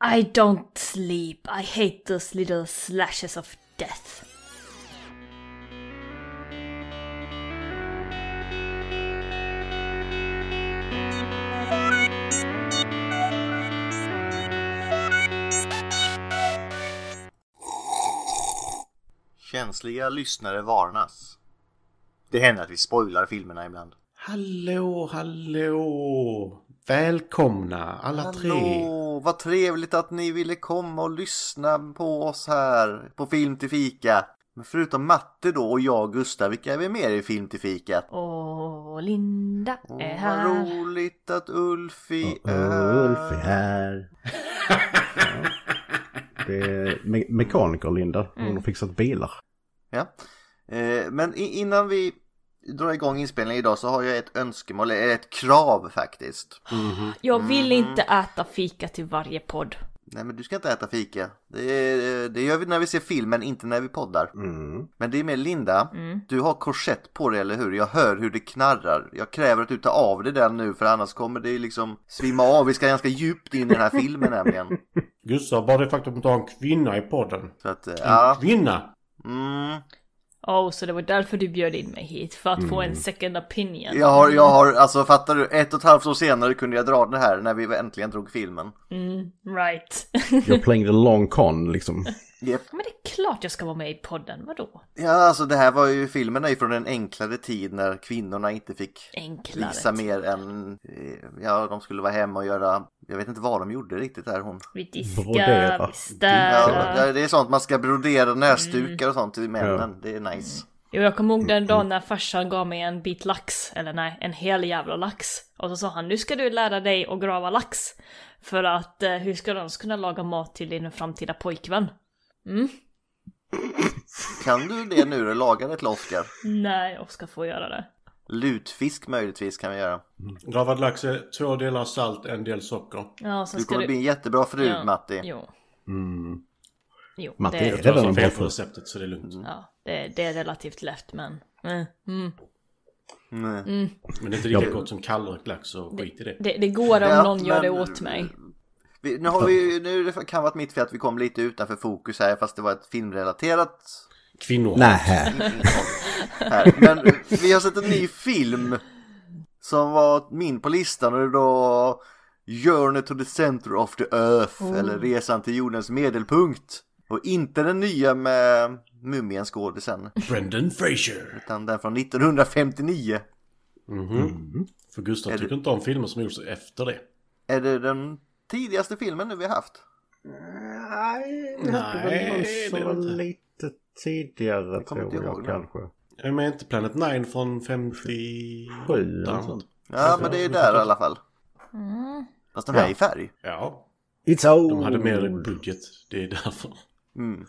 I don't sleep. I hate those little slashes of death. Känsliga lyssnare varnas. Det händer att vi spoilar filmerna ibland. Hallå, hallå! Välkomna alla tre! Hallå, vad trevligt att ni ville komma och lyssna på oss här på Film till fika. Men förutom Matte då och jag Gustav, vilka är vi mer i Film till fikat? Och Linda Åh, är vad här. roligt att Ulfi Ulf är här. Ja. Det är me- mekaniker Linda. Hon Mm. har fixat bilar. Ja. Eh, men i- innan vi drar igång inspelningen idag så har jag ett önskemål, eller ett krav faktiskt. Mhm. Jag vill Mm. inte äta fika till varje podd. Nej men du ska inte äta fika. Det, det gör vi när vi ser filmen, inte när vi poddar. Mm. Men det är med Linda, Mm. du har korsett på dig eller hur? Jag hör hur det knarrar. Jag kräver att du tar av dig den nu för annars kommer det liksom svimma av. Vi ska ganska djupt in i den här filmen nämligen. Gustav, bara det faktum att du har en kvinna i podden. Så att, eh, ja. Kvinna! Mm. Åh, Oh, så det var därför du bjöd in mig hit. För att få en second opinion. Mm. Jag har, jag har, alltså fattar du? Ett och ett halvt år senare kunde jag dra det här när vi äntligen drog filmen. Mm, right. You're playing the long con liksom. Japp. Men det är klart jag ska vara med i podden, vadå? Ja, alltså det här var ju filmerna ifrån en enklare tid när kvinnorna inte fick Enklare. visa mer än, eh, ja, de skulle vara hemma och göra, jag vet inte vad de gjorde riktigt där hon. Vi diskar, Brodera. vi Ja, städar. det är sånt man ska brodera Mm. näsdukar och sånt till männen, det är nice. Jo, jag kommer ihåg den Mm. dagen när farsan gav mig en bit lax, eller nej, en hel jävla lax. Och så sa han, nu ska du lära dig att grava lax. För att eh, hur ska du annars kunna laga mat till din framtida pojkvän? Kan du det nu, eller laga det till Oscar? Nej, Oskar får göra det. Lutfisk möjligtvis kan vi göra. Gravad lax är två delar salt, en del socker. Ja, och sen Du ska kommer du... bli en jättebra fru, Ja, Matti. Jo. Mm. jo Matti, det, är är... det Jag väl sa en bra fel på frukost? receptet så det är lugnt. Ja, det, det är relativt lätt men... Mm. Mm. Mm. Men det är inte lika Ja. gott som kallrökt lax så skit i det. Det, det går om Ja, någon gör det men- åt mig. Vi, nu har vi ju- nu kan vara mitt fel att vi kom lite utanför fokus här, fast det var ett filmrelaterat Kvinnor. Nej. här. Men vi har sett en ny film som var min på listan och det är då Journey to the center of the earth eller Resan till jordens medelpunkt. Och inte den nya med mumien skådisen Brendan Fraser! utan den från 1959. Mm. För Gustav Är det- tycker inte om filmer som gjorts efter det. Är det den tidigaste filmen nu vi har haft? Nej, det Nej, det är var det inte. lite tidigare kommer tror inte ihåg jag nu. kanske. Jag menar inte Planet 9 från 57? Sju alltså. eller sånt. Ja, men det är där i alla fall. Fast den här är i färg. Ja, It's old. de hade mer budget. Det är därför. Mm.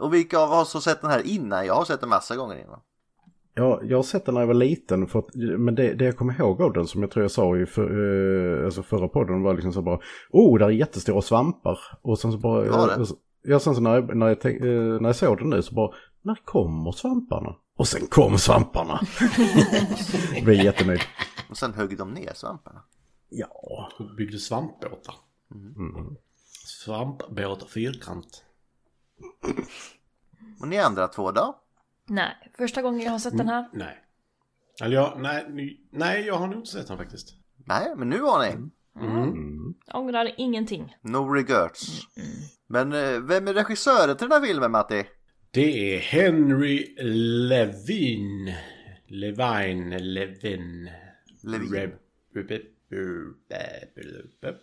Och vilka av oss har sett den här innan? Jag har sett den massa gånger innan. Ja, jag har sett den när jag var liten, för att, men det, det jag kommer ihåg av den som jag tror jag sa i för, eh, alltså förra podden var liksom så bara Oh, där är jättestora svampar! Och sen så bara... Var det? och så- Ja, sen så när jag, när, jag tänk, eh, när jag såg den nu så bara När kommer svamparna? Och sen kom svamparna! Jag Blev jättenöjd. Och sen högg de ner svamparna. Ja. Och byggde svampbåtar. Mm. Svampbåt fyrkant. Och ni andra två då? Nej, första gången jag har sett den Mm. här. Nej. Eller jag, nej, ny- nej, jag har nog inte sett den faktiskt. Nej, men nu har ni. Mm. Jag ångrar ingenting. No regrets. Mm, Men eh, vem är regissören till den här filmen, Matti? Det är Henry Levin. Levine, Levin. Levin. Rev- Rebe- Rebe-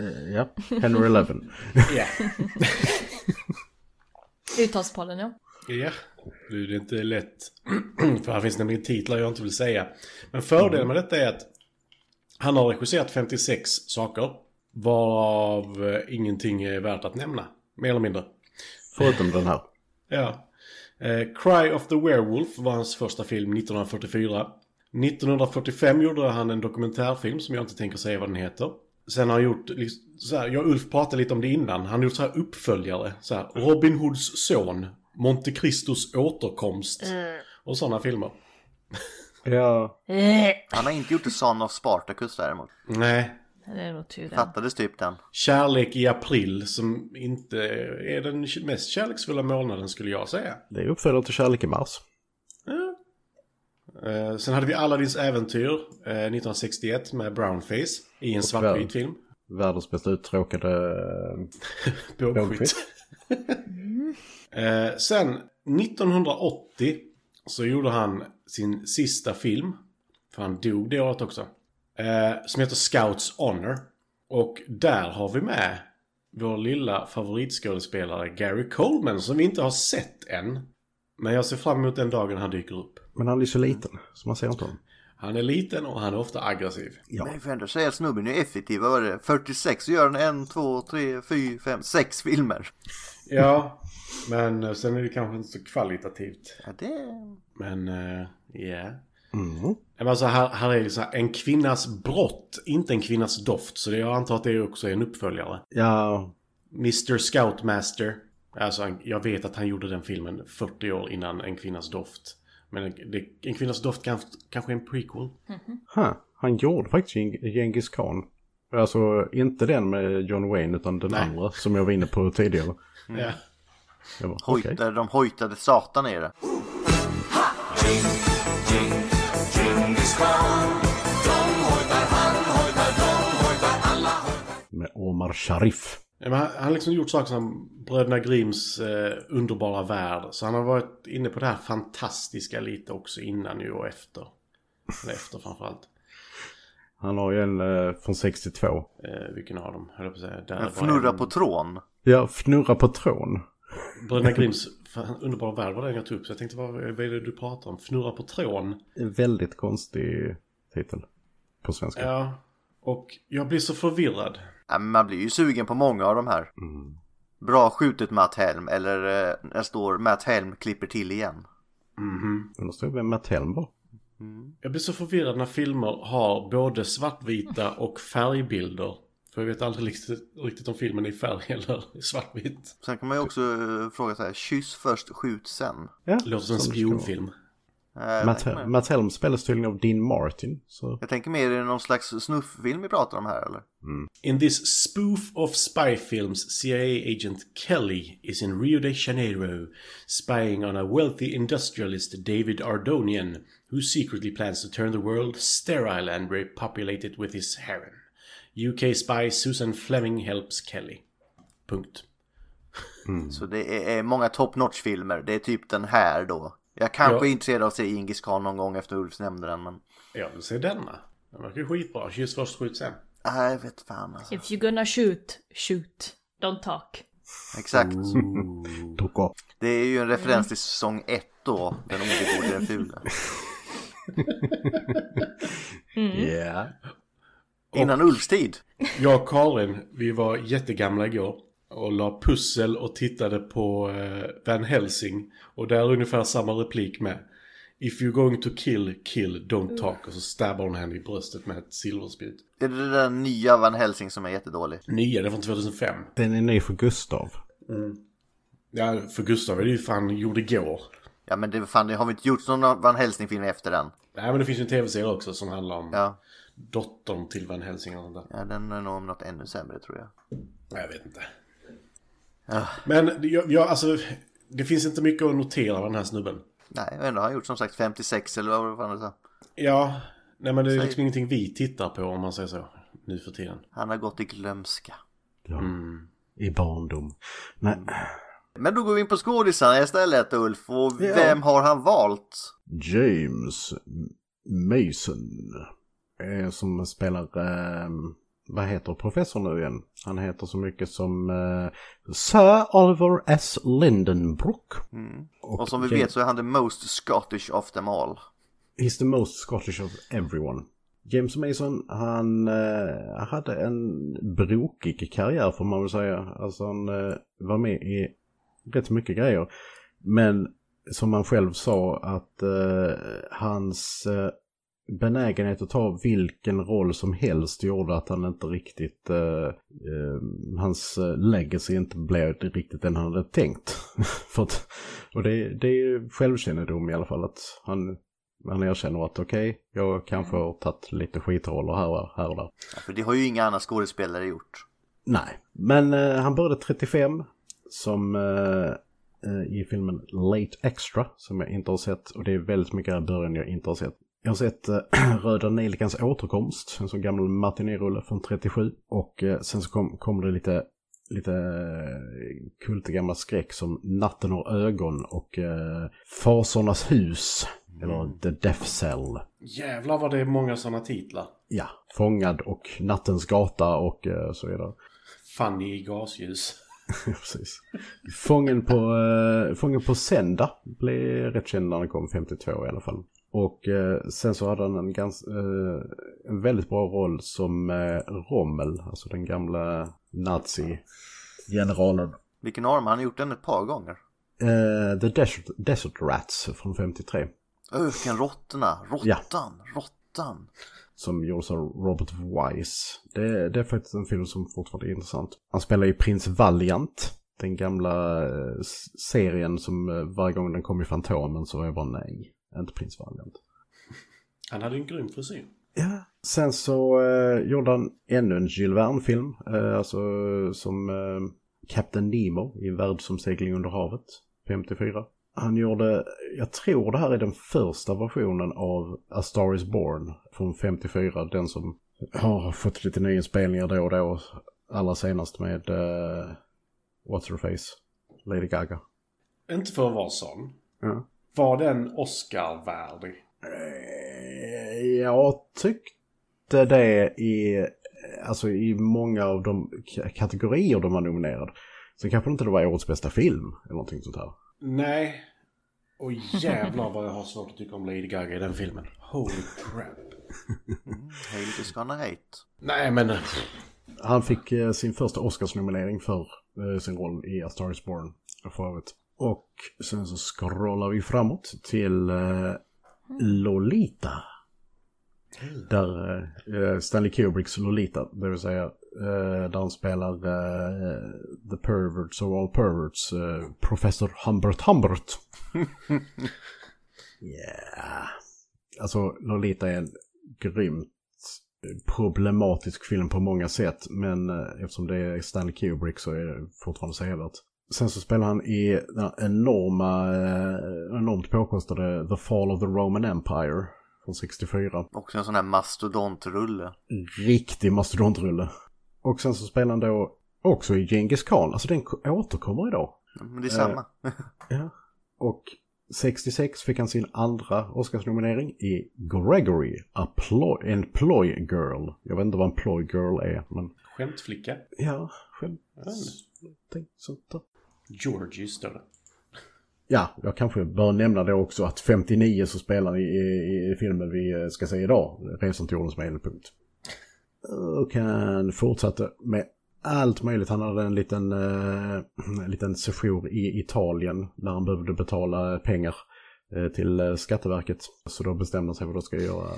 Eh, Ja, Henry Eleven. Ja. Uttalspodden ja. Ja, du, det är inte lätt. För här finns nämligen titlar jag inte vill säga. Men fördelen med detta är att han har regisserat 56 saker. Varav eh, ingenting är värt att nämna. Mer eller mindre. Förutom den här. Ja. Eh, Cry of the Werewolf var hans första film 1944. 1945 gjorde han en dokumentärfilm som jag inte tänker säga vad den heter. Sen har han gjort, liksom, så här, jag och Ulf pratade lite om det innan, han har gjort så här uppföljare. Så här, Robin Hoods son, Monte Cristos återkomst Mm. Mm. och sådana filmer. Ja. Eh, Han har inte gjort The Son of Spartacus däremot. Nej, Det är nog tur det. Fattades typ den. Kärlek i april som inte är den mest kärleksfulla månaden skulle jag säga. Det är uppföljare till Kärlek i Mars. Ja. Eh, sen hade vi Aladdins äventyr eh, 1961 med Brownface i en svartvit film. Världens mest uttråkade... eh, Bågskytt. eh, sen 1980 så gjorde han sin sista film. För han dog det året också. Eh, som heter Scouts Honor. Och där har vi med vår lilla favoritskådespelare Gary Coleman som vi inte har sett än. Men jag ser fram emot den dagen han dyker upp. Men han är ju så liten, så man ser inte honom. Han är liten och han är ofta aggressiv. Ja. Men vi får ändå säga att snubben är effektiv. Vad var det? 46 så gör han en, två, tre, fyra, fem, sex filmer. Ja, men eh, sen är det kanske inte så kvalitativt. Ja, det... Men, eh, ja. Mm. Nej, Men alltså här, här är det så här, en kvinnas brott, inte en kvinnas doft. Så det, jag antar att det också är en uppföljare. Ja, Mr Scoutmaster. Alltså, han- jag vet att han gjorde den filmen 40 år innan En kvinnas doft. Men en- det, En kvinnas doft kan, kanske är en prequel. huh. han gjorde faktiskt Geng- Genghis Khan. Alltså inte den med John Wayne utan den Nej. andra som jag var inne på tidigare. Ja. Jag bara, Hojtade, okej. De hojtade satan i det. Med Omar Sharif. Nej, Men han han har liksom gjort saker som Bröderna Grimms eh, underbara värld. Så han har varit inne på det här fantastiska lite också innan ju och efter. Eller efter framförallt. Han har ju en eh, från 62. Eh, vilken av dem? Höll jag på att säga. Där var Den fnurrar en- på trån. Ja, Fnurra på trån. Bröderna Grimms fan, underbara värld var den jag tog upp. Så jag tänkte, vad, vad är det du pratar om? Fnurra på trån? En väldigt konstig titel på svenska. Ja. Och jag blir så förvirrad. Ja, men man blir ju sugen på många av de här. Mm. Bra skjutet Matt Helm, eller eh, där står Matt Helm klipper till igen. Mhm. Undrar står vem Matt Helm var. Mm. Jag blir så förvirrad när filmer har både svartvita och färgbilder. För jag vet aldrig riktigt, riktigt om filmen är i färg eller i svartvitt. Sen kan man ju också eh, fråga så här, kyss först, skjut sen. Ja, Låter som en det ska vara. spionfilm. Eh, Matt, jag, tänker, Matt Helm spelas tydligen av Dean Martin. Så. jag tänker mer, är det någon slags snufffilm vi pratar om här eller? In this spoof of spy films, CIA agent Kelly is in Rio de Janeiro, spying on a wealthy industrialist David Ardonian, who secretly plans to turn the world sterile and repopulate it with his harem. UK spy Susan Fleming helps Kelly. Punkt. Så det är, är många top notch filmer, det är typ den här då. Jag kanske Ja. är intresserad av att se Ingis Khan någon gång efter Ulfs nämnde den men... Jag vill se denna. Den verkar skitbra. Kyss först, skjut sen. Nej, jag vet fan alltså. If you're gonna shoot, shoot. Don't talk. Exakt. Toko. Det är ju en referens till säsong 1 då, den obegåvade fula. Yeah. Innan Ulfs tid. Jag och Karin, vi var jättegamla igår och la pussel och tittade på eh, Van Helsing. Och där är ungefär samma replik med. If you're going to kill, kill, don't talk. Och så stabbar hon henne i bröstet med ett silverspjut. Är det den nya Van Helsing som är jättedålig? Nya, den är från 2005. Den är ny för Gustav. Ja, för Gustav är det ju fan gjorde igår. Ja men det, fan, det har vi inte gjort någon Van Helsing-film efter den. Nej, men det finns ju en tv-serie också som handlar om Ja, dottern till Van Helsing och sånt där. ja den är nog om något ännu sämre tror jag. Nej, Jag vet inte. Ja. Men det- jag, jag, alltså, det finns inte mycket att notera av den här snubben. Nej, och ändå har han gjort som sagt 56 eller vad fan det sa. Ja, nej men det är Säg. liksom ingenting vi tittar på om man säger så nu för tiden. Han har gått i glömska. Ja. I barndom. Nej. Men då går vi in på skådisarna istället Ulf. Och vem har han valt? James Mason. eh, Som spelar, eh, vad heter professor nu igen? Han heter så mycket som eh, Sir Oliver S. Lindenbrook. Och, som vi vet så är han the most Scottish of them all. He's the most Scottish of everyone. James Mason, han eh, hade en brokig karriär får man väl säga. Alltså han eh, var med i rätt mycket grejer. Men som han själv sa att eh, hans eh, benägenhet att ta vilken roll som helst gjorde att han inte riktigt, eh, eh, hans eh, legacy inte blev riktigt den han hade tänkt. För att, och det, det är självkännedom i alla fall att han Men jag känner att okej, jag kanske har tagit lite skitroller här och, här och där. Ja, För det har ju inga andra skådespelare gjort. Nej, men eh, han började 35 som eh, eh, i filmen Late Extra som jag inte har sett och det är väldigt mycket här i början jag inte har sett. Jag har sett eh, Röda Nejlikans återkomst, en sån gammal matinérulle från 37 och eh, sen så kom, kom det lite lite eh, kultigammal skräck som Natten har ögon och eh, Fasornas hus, eller The Death Cell. Jävlar vad det är många sådana titlar. Ja, Fångad och Nattens gata och eh, så vidare. Fanny i gasljus. Ja, precis. Fången på, eh, fången på Senda blev rätt känd när den kom 52 i alla fall. Och eh, sen så hade han en, gans, eh, en väldigt bra roll som eh, Rommel, alltså den gamla nazi-generalen. Vilken arm, han har gjort den ett par gånger. Eh, The Desert, Desert Rats från 53. Ökenråttorna, Ja. Öh, råttan, råttan. som gjordes av Robert Wise. Det, det är faktiskt en film som fortfarande är intressant. Han spelar ju Prins Valiant, den gamla eh, s- serien som eh, varje gång den kom i Fantomen så var jag bara nej, inte Prins Valiant. Han hade ju en grym frisyr. Ja. Sen så eh, gjorde han ännu en Jules Verne-film, eh, alltså eh, som eh, Captain Nemo i en världsomsegling under havet, 54. Han gjorde, jag tror det här är den första versionen av A Star Is Born från 54, den som har fått lite nyinspelningar då och då, allra senast med eh, What's Her Face, Lady Gaga. Inte för att vara sån. Ja. Var den Oscar-värdig? Eh, Jag tyckte det i, alltså i många av de k- kategorier de var nominerade. Sen kanske inte det var årets bästa film eller någonting sånt här. Nej. Och jävlar vad jag har svårt att tycka om Lady Gaga i den filmen. Holy crap. Hail is gonna hate. Nej men... eh, Han fick eh, sin första Oscarsnominering för eh, sin roll i A Star Is Born, för övrigt. Och sen så scrollar vi framåt till eh, Lolita. Där eh, Stanley Kubricks Lolita, det vill säga eh, där han spelar eh, The Perverts of All Perverts, eh, Professor Humbert Humbert. yeah. Alltså Lolita är en grymt problematisk film på många sätt, men eh, eftersom det är Stanley Kubrick så är det fortfarande så sevärt. Sen så spelar han i den här enorma, eh, enormt påkostade The Fall of the Roman Empire från 64 Också en sån här mastodontrulle. riktig mastodontrulle. Och sen så spelar han då också i Genghis Khan, alltså den k- återkommer idag. Mm, Men det är samma. Och 66 fick han sin andra Oscarsnominering i Gregory, a ploy, en ploy girl. Jag vet inte vad en ploy girl är, men Skämtflicka. ja, själv. Ja, någonting sånt där. Georgie står det. Ja, jag kanske bör nämna det också att 59 så spelar han i, i, i filmen vi eh, ska se idag, Resan till jordens medelpunkt. Och han fortsatte med allt möjligt. Han hade en liten, eh, en liten session i Italien där han behövde betala pengar eh, till eh, Skatteverket. Så då bestämde han sig för att då ska jag göra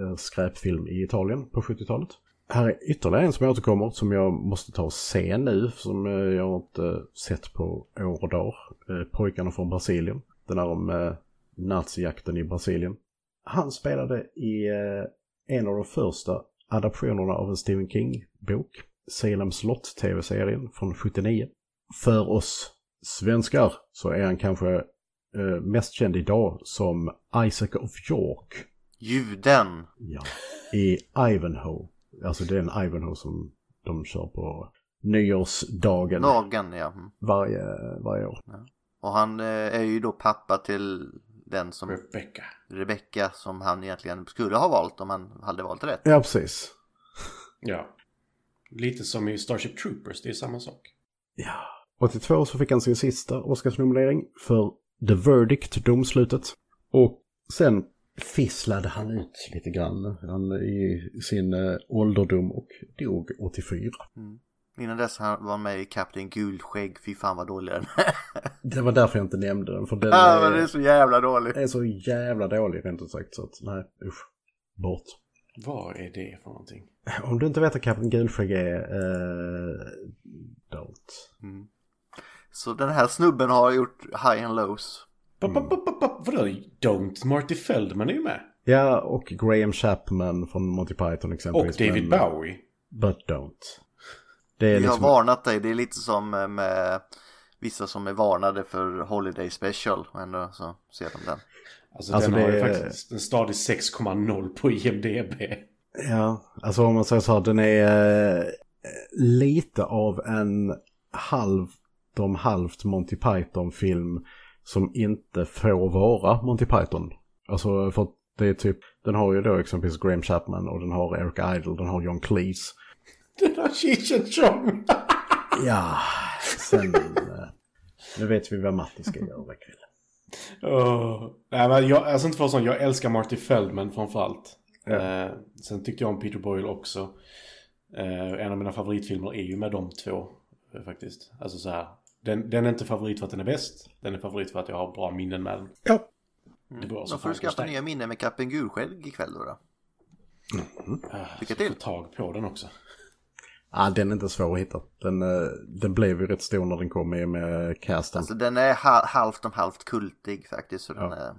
eh, skräpfilm i Italien på 70-talet. Här är ytterligare en som jag återkommer som jag måste ta och se nu som eh, jag inte sett på år och dag. Eh, Pojkarna från Brasilien. Den här om eh, nazijakten i Brasilien. Han spelade i eh, en av de första adaptionerna av en Stephen King-bok. Salem slott tv-serien från 79. För oss svenskar så är han kanske eh, mest känd idag som Isaac of York Juden. Ja. I Ivanhoe. Alltså det är en Ivanhoe som de kör på nyårsdagen Dagen, ja. Mm. varje, varje år. Och han eh, är ju då pappa till den som Rebecca. Rebecca som han egentligen skulle ha valt om han hade valt rätt. Ja, precis. Ja. Lite som i Starship Troopers, det är samma sak. Ja. 82 så fick han sin sista Oscarsnominering för The Verdict, domslutet. Och sen fisslade han ut lite grann han, i sin eh, ålderdom och dog 84. Innan dess han var med i Kapten Gulskägg. Fy fan vad dålig den Det var därför jag inte nämnde den, för den Ja, men det är är, så jävla dålig. är så jävla dålig rent ut sagt. Så att, nej, usch. Bort. Vad är det för någonting? Om du inte vet att Kapten Gulskägg är... Eh, don't. Mm. Så den här snubben har gjort high and lows. Pop, Mm. pop, pop, pop, pop. Vadå? Don't Marty Feldman är ju med. Ja, och Graham Chapman från Monty Python Och exempelvis. David men- Bowie. But don't. Det är Jag har liksom... varnat dig, det är lite som med vissa som är varnade för Holiday Special och ändå så ser de den. Alltså, Alltså, den har ju det är- faktiskt en stadig 6,0 på IMDB. Ja, alltså om man säger så här, den är eh, lite av en halv, de halvt Monty Python-film som inte får vara Monty Python. Alltså för att det är typ, den har ju då exempelvis Graham Chapman och den har Eric Idle, den har John Cleese. Den har Cheech and Chong. Ja, sen... eh, nu vet vi vad Matti ska göra ikväll. Åh. Nej, men jag, alltså inte för sånt, jag älskar Marty Feldman framförallt. Ja. Eh, sen tyckte jag om Peter Boyle också. Eh, en av mina favoritfilmer är ju med de två eh, faktiskt. Alltså så här, den, den är inte favorit för att den är bäst. Den är favorit för att jag har bra minnen med den. Ja. Det går Då så får fan du skaffa hos dig. nya minnen med Kappen Gulskägg ikväll då. då. Ah, Lycka så till. Få tag på den också. Ah, den är inte svår att hitta. Den, eh, den blev ju rätt stor när den kom i med casten. Alltså den är ha- halvt om halvt kultig faktiskt. Så den Ja. är...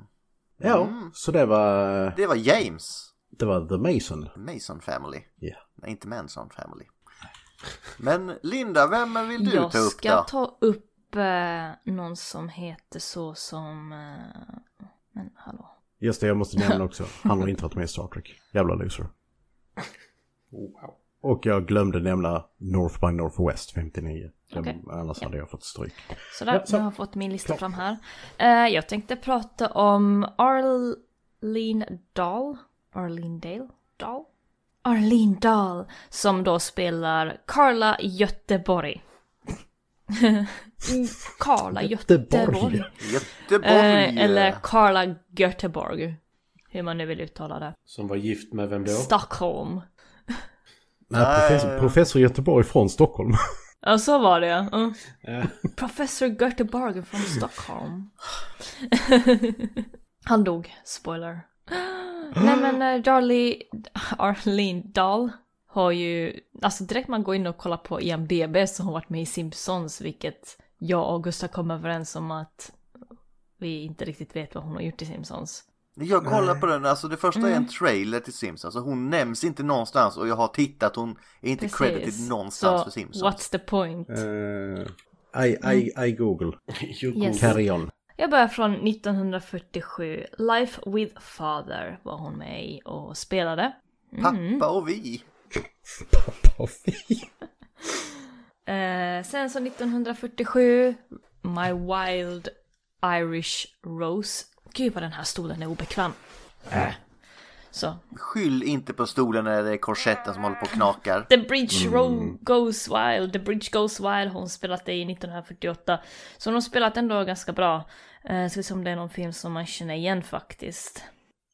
ja, Mm. så det var, eh, Det var James, det var The Mason. Mason Family. Ja. Nej, inte Manson Family. Men Linda, vem vill du jag ta upp ska då? ta upp eh, någon som heter så som... Eh, men hallå. Just det, jag måste nämna också. Han har inte varit med i Star Trek. Jävla loser. Wow. Och jag glömde nämna North by Northwest 59. Den, Okej. Annars hade jag fått stryk. Sådär, Ja, så- nu har jag fått min lista fram här. Eh, jag tänkte prata om Arlene Dahl. Arlene Dale? Dahl? Arlene Dahl. Som då spelar Carla Göteborg. Carla Göteborg. Göteborg. Göteborg! Eh, eller Carla Göteborg. Hur man nu vill uttala det. Som var gift med vem då? Stockholm. Nej, eh, professor, professor Göteborg från Stockholm. Ja, så var det. Mm. Eh, Professor Göteborg från Stockholm. Han dog, spoiler. Nej men eh, Darlie, Arlene Dahl har ju, alltså direkt man går in och kollar på IMDB så har hon varit med i Simpsons vilket jag och Gustav kom överens om att vi inte riktigt vet vad hon har gjort i Simpsons. Jag kollar på den, alltså det första Mm. är en trailer till Sims, alltså hon nämns inte någonstans och jag har tittat, hon är inte credited någonstans så för Simpsons. what's the point? Mm. Eh, I, I, I Google. you Yes. go. Carry on. Jag börjar från 1947. Life with Father var hon med i och spelade. mm. Pappa och vi! Eh, sen så 1947, My Wild Irish Rose. Gud vad den här stolen är obekväm. Äh. Så. Skyll inte på stolen när det är korsetten som håller på och knakar. The Bridge Road Goes Wild, The Bridge Goes Wild har hon spelat det i 1948. Så hon har spelat ändå ganska bra. Eh, ska vi se om det är någon film som man känner igen faktiskt.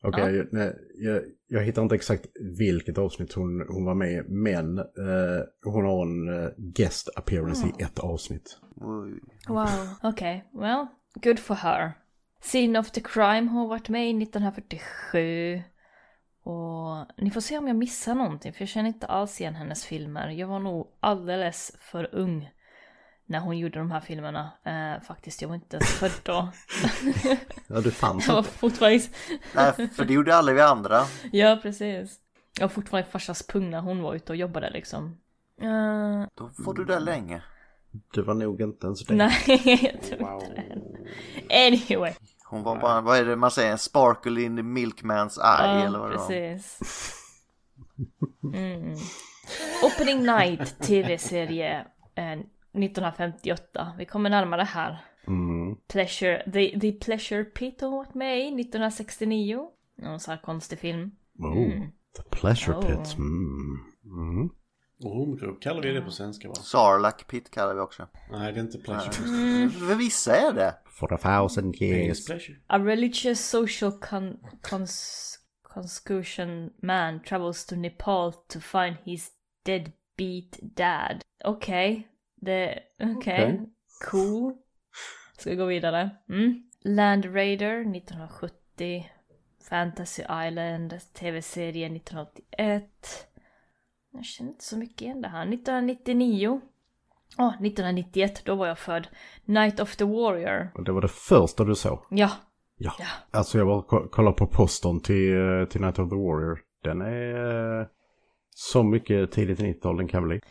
Okej, jag, nej, jag, jag hittar inte exakt vilket avsnitt hon, hon var med i, men eh, hon har en eh, guest appearance i ett avsnitt. Oj. Wow. Okej, well, good for her. Scene of the Crime har varit med i 1947. Och ni får se om jag missar någonting för jag känner inte alls igen hennes filmer. Jag var nog alldeles för ung när hon gjorde de här filmerna. Eh, faktiskt, jag var inte ens född då. Ja, du fanns Jag var fortfarande... Nej, för det gjorde alla vi andra. Ja, precis. Jag var fortfarande i farsas pung när hon var ute och jobbade liksom. Eh, Då var du där länge. Du var nog inte ens det. nej, jag tror Wow. inte det. Anyway. Hon var bara, vad är det man säger, en sparkle in the milkman's eye eller vad det var. precis. Mm. Opening Night, tv-serie eh, 1958. Vi kommer närmare här. Mm. Pleasure, the, the Pleasure Pit har hon varit med i 1969. Någon sån här konstig film. Oh, The Pleasure Oh. Pit. Mm. Mm. Ormgrop kallar vi det på svenska va? Sarlacc pit kallar vi också. Nej, det är inte pleasure. För vissa är det. For a thousand Det är years. pleasure. A religious social con, cons, conscription man travels to Nepal to find his deadbeat dad. Okej, det... Okej. Okej. Cool. Ska vi gå vidare? Mm. Land Raider 1970. Fantasy Island, tv-serien 1981. Jag känner inte så mycket igen det här. 1999. Åh, 1991, då var jag född. Night of the Warrior. Och det var det första du såg. Ja, Ja. Ja. Alltså jag bara ko- kollar på postern till, eh, till Night of the Warrior. Den är eh, så mycket tidigt 90-tal den kan bli.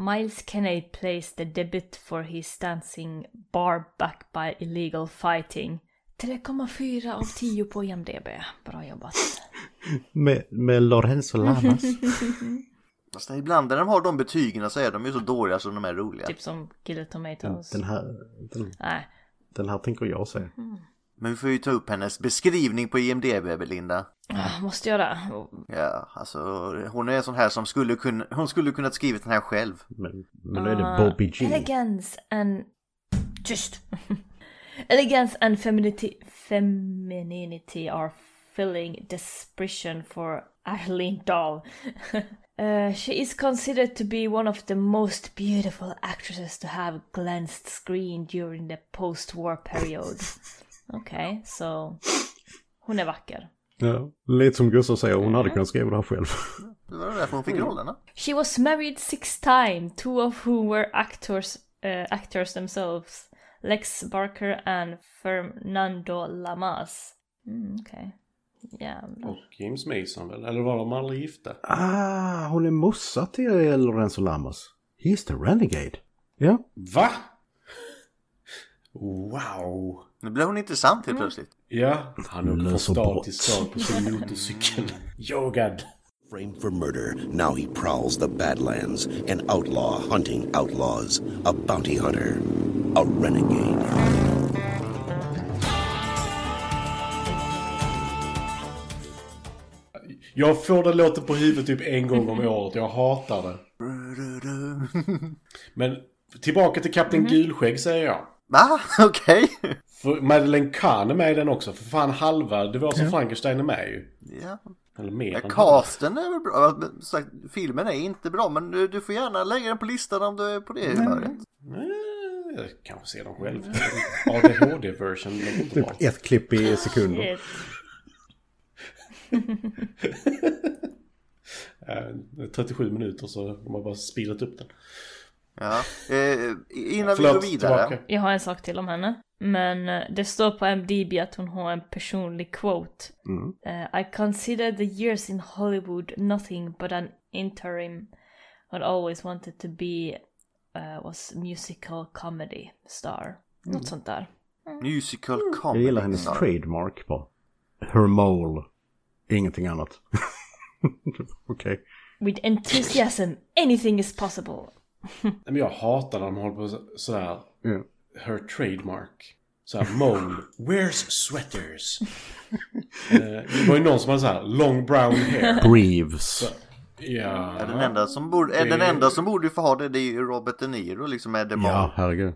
Miles Kennedy plays the debut for his dancing bar back by illegal fighting. 3,4 av 10 på IMDB. Bra jobbat. Med, med Lorenzo Lamas. Fast ibland när de har de betygen så är de ju så dåliga som de är roliga. Typ som Killer Tomatoes. den, här, den, Nej. den här tänker jag se. Men vi får ju ta upp hennes beskrivning på IMDB, Belinda. Ah, Måste göra. Ja, alltså hon är en sån här som skulle kunna, hon skulle kunnat skrivit den här själv. Men, men då är det Bobby G. Elegance and... Tyst! Elegance and femininity, femininity are filling desperation for Arlene Dahl. Uh, she is considered to be one of the most beautiful actresses to have glanced screen during the post-war period. Okej, så hon är vacker. Ja. Lite som Gustav säger, hon hade kunnat skriva det här själv. Det var därför hon fick rollerna. She was married six times, two of whom were actors, uh, actors themselves, Lex Barker and Fernando Lamas. Mm, Okej. Ja. Och James Mason väl? Eller var de aldrig gifta? Ah, hon är mossa till Lorenzo Lamas. He's the renegade. Ja. Va? Wow! Nu blev hon intressant helt plötsligt. Ja, han åker från Löser stad brott. till stad på sin motorcykel. Yogad. Framed for murder, now he prowls the Badlands, an outlaw hunting outlaws, a bounty hunter, a renegade. Jag får den låten på huvudet typ en gång om året. Jag hatar det. Men tillbaka till Kapten Gulskägg säger jag. Va? Okej. För Madeleine Kahn är med i den också. För fan halva det var som Frankenstein är med ju. Ja. Eller mer. Ja, än- casten är väl bra. Men, som sagt, filmen är inte bra men du, du får gärna lägga den på listan om du är på det humöret. Eh, Jag kanske ser dem själv. ADHD-version låter inte bra. Ett klipp i sekunder. Shit. Eh, 37 minuter så de har bara speedat upp den. Ja. Eh, innan vi går vidare. Jag har en sak till om henne. Men eh, det står på MDB att hon har en personlig quote. Eh, I consider the years in Hollywood nothing but an interim. What I always wanted to be eh, was musical comedy star. Något sånt där. Musical comedy. Mm. Jag gillar hennes trademark bara. Her mole. Ingenting annat. Okej. With enthusiasm anything is possible. Nej, men jag hatar när de håller på så- sådär. Ja. Her trademark. Såhär mole. Wears sweaters. Eh, det var ju någon som hade såhär long brown hair. Breves. Ja. Ja, den enda som borde, eh, den enda som borde få ha det, det är ju Robert De Niro liksom med The Ja, Mall. herregud.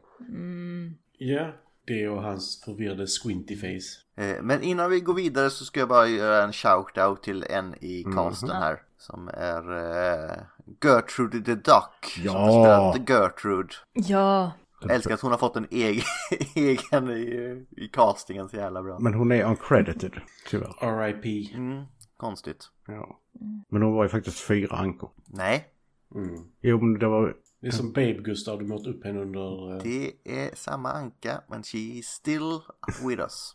Ja. Det och hans förvirrade squinty face. Eh, Men innan vi går vidare så ska jag bara göra en shout-out till en i Mhm. casten här. Som är eh, Gertrude the Duck. Som har Ja. spelat Gertrude. Ja. Jag älskar att hon har fått en egen, egen i, i castingen så jävla bra. Men hon är uncredited, tyvärr. R.I.P. Mm, konstigt. Ja. Men hon var ju faktiskt fyra ankor. Nej, Mm. Jo, men det var... Det är som Babe-Gustav, du målat upp henne under... eh, det är samma anka men she's still with us.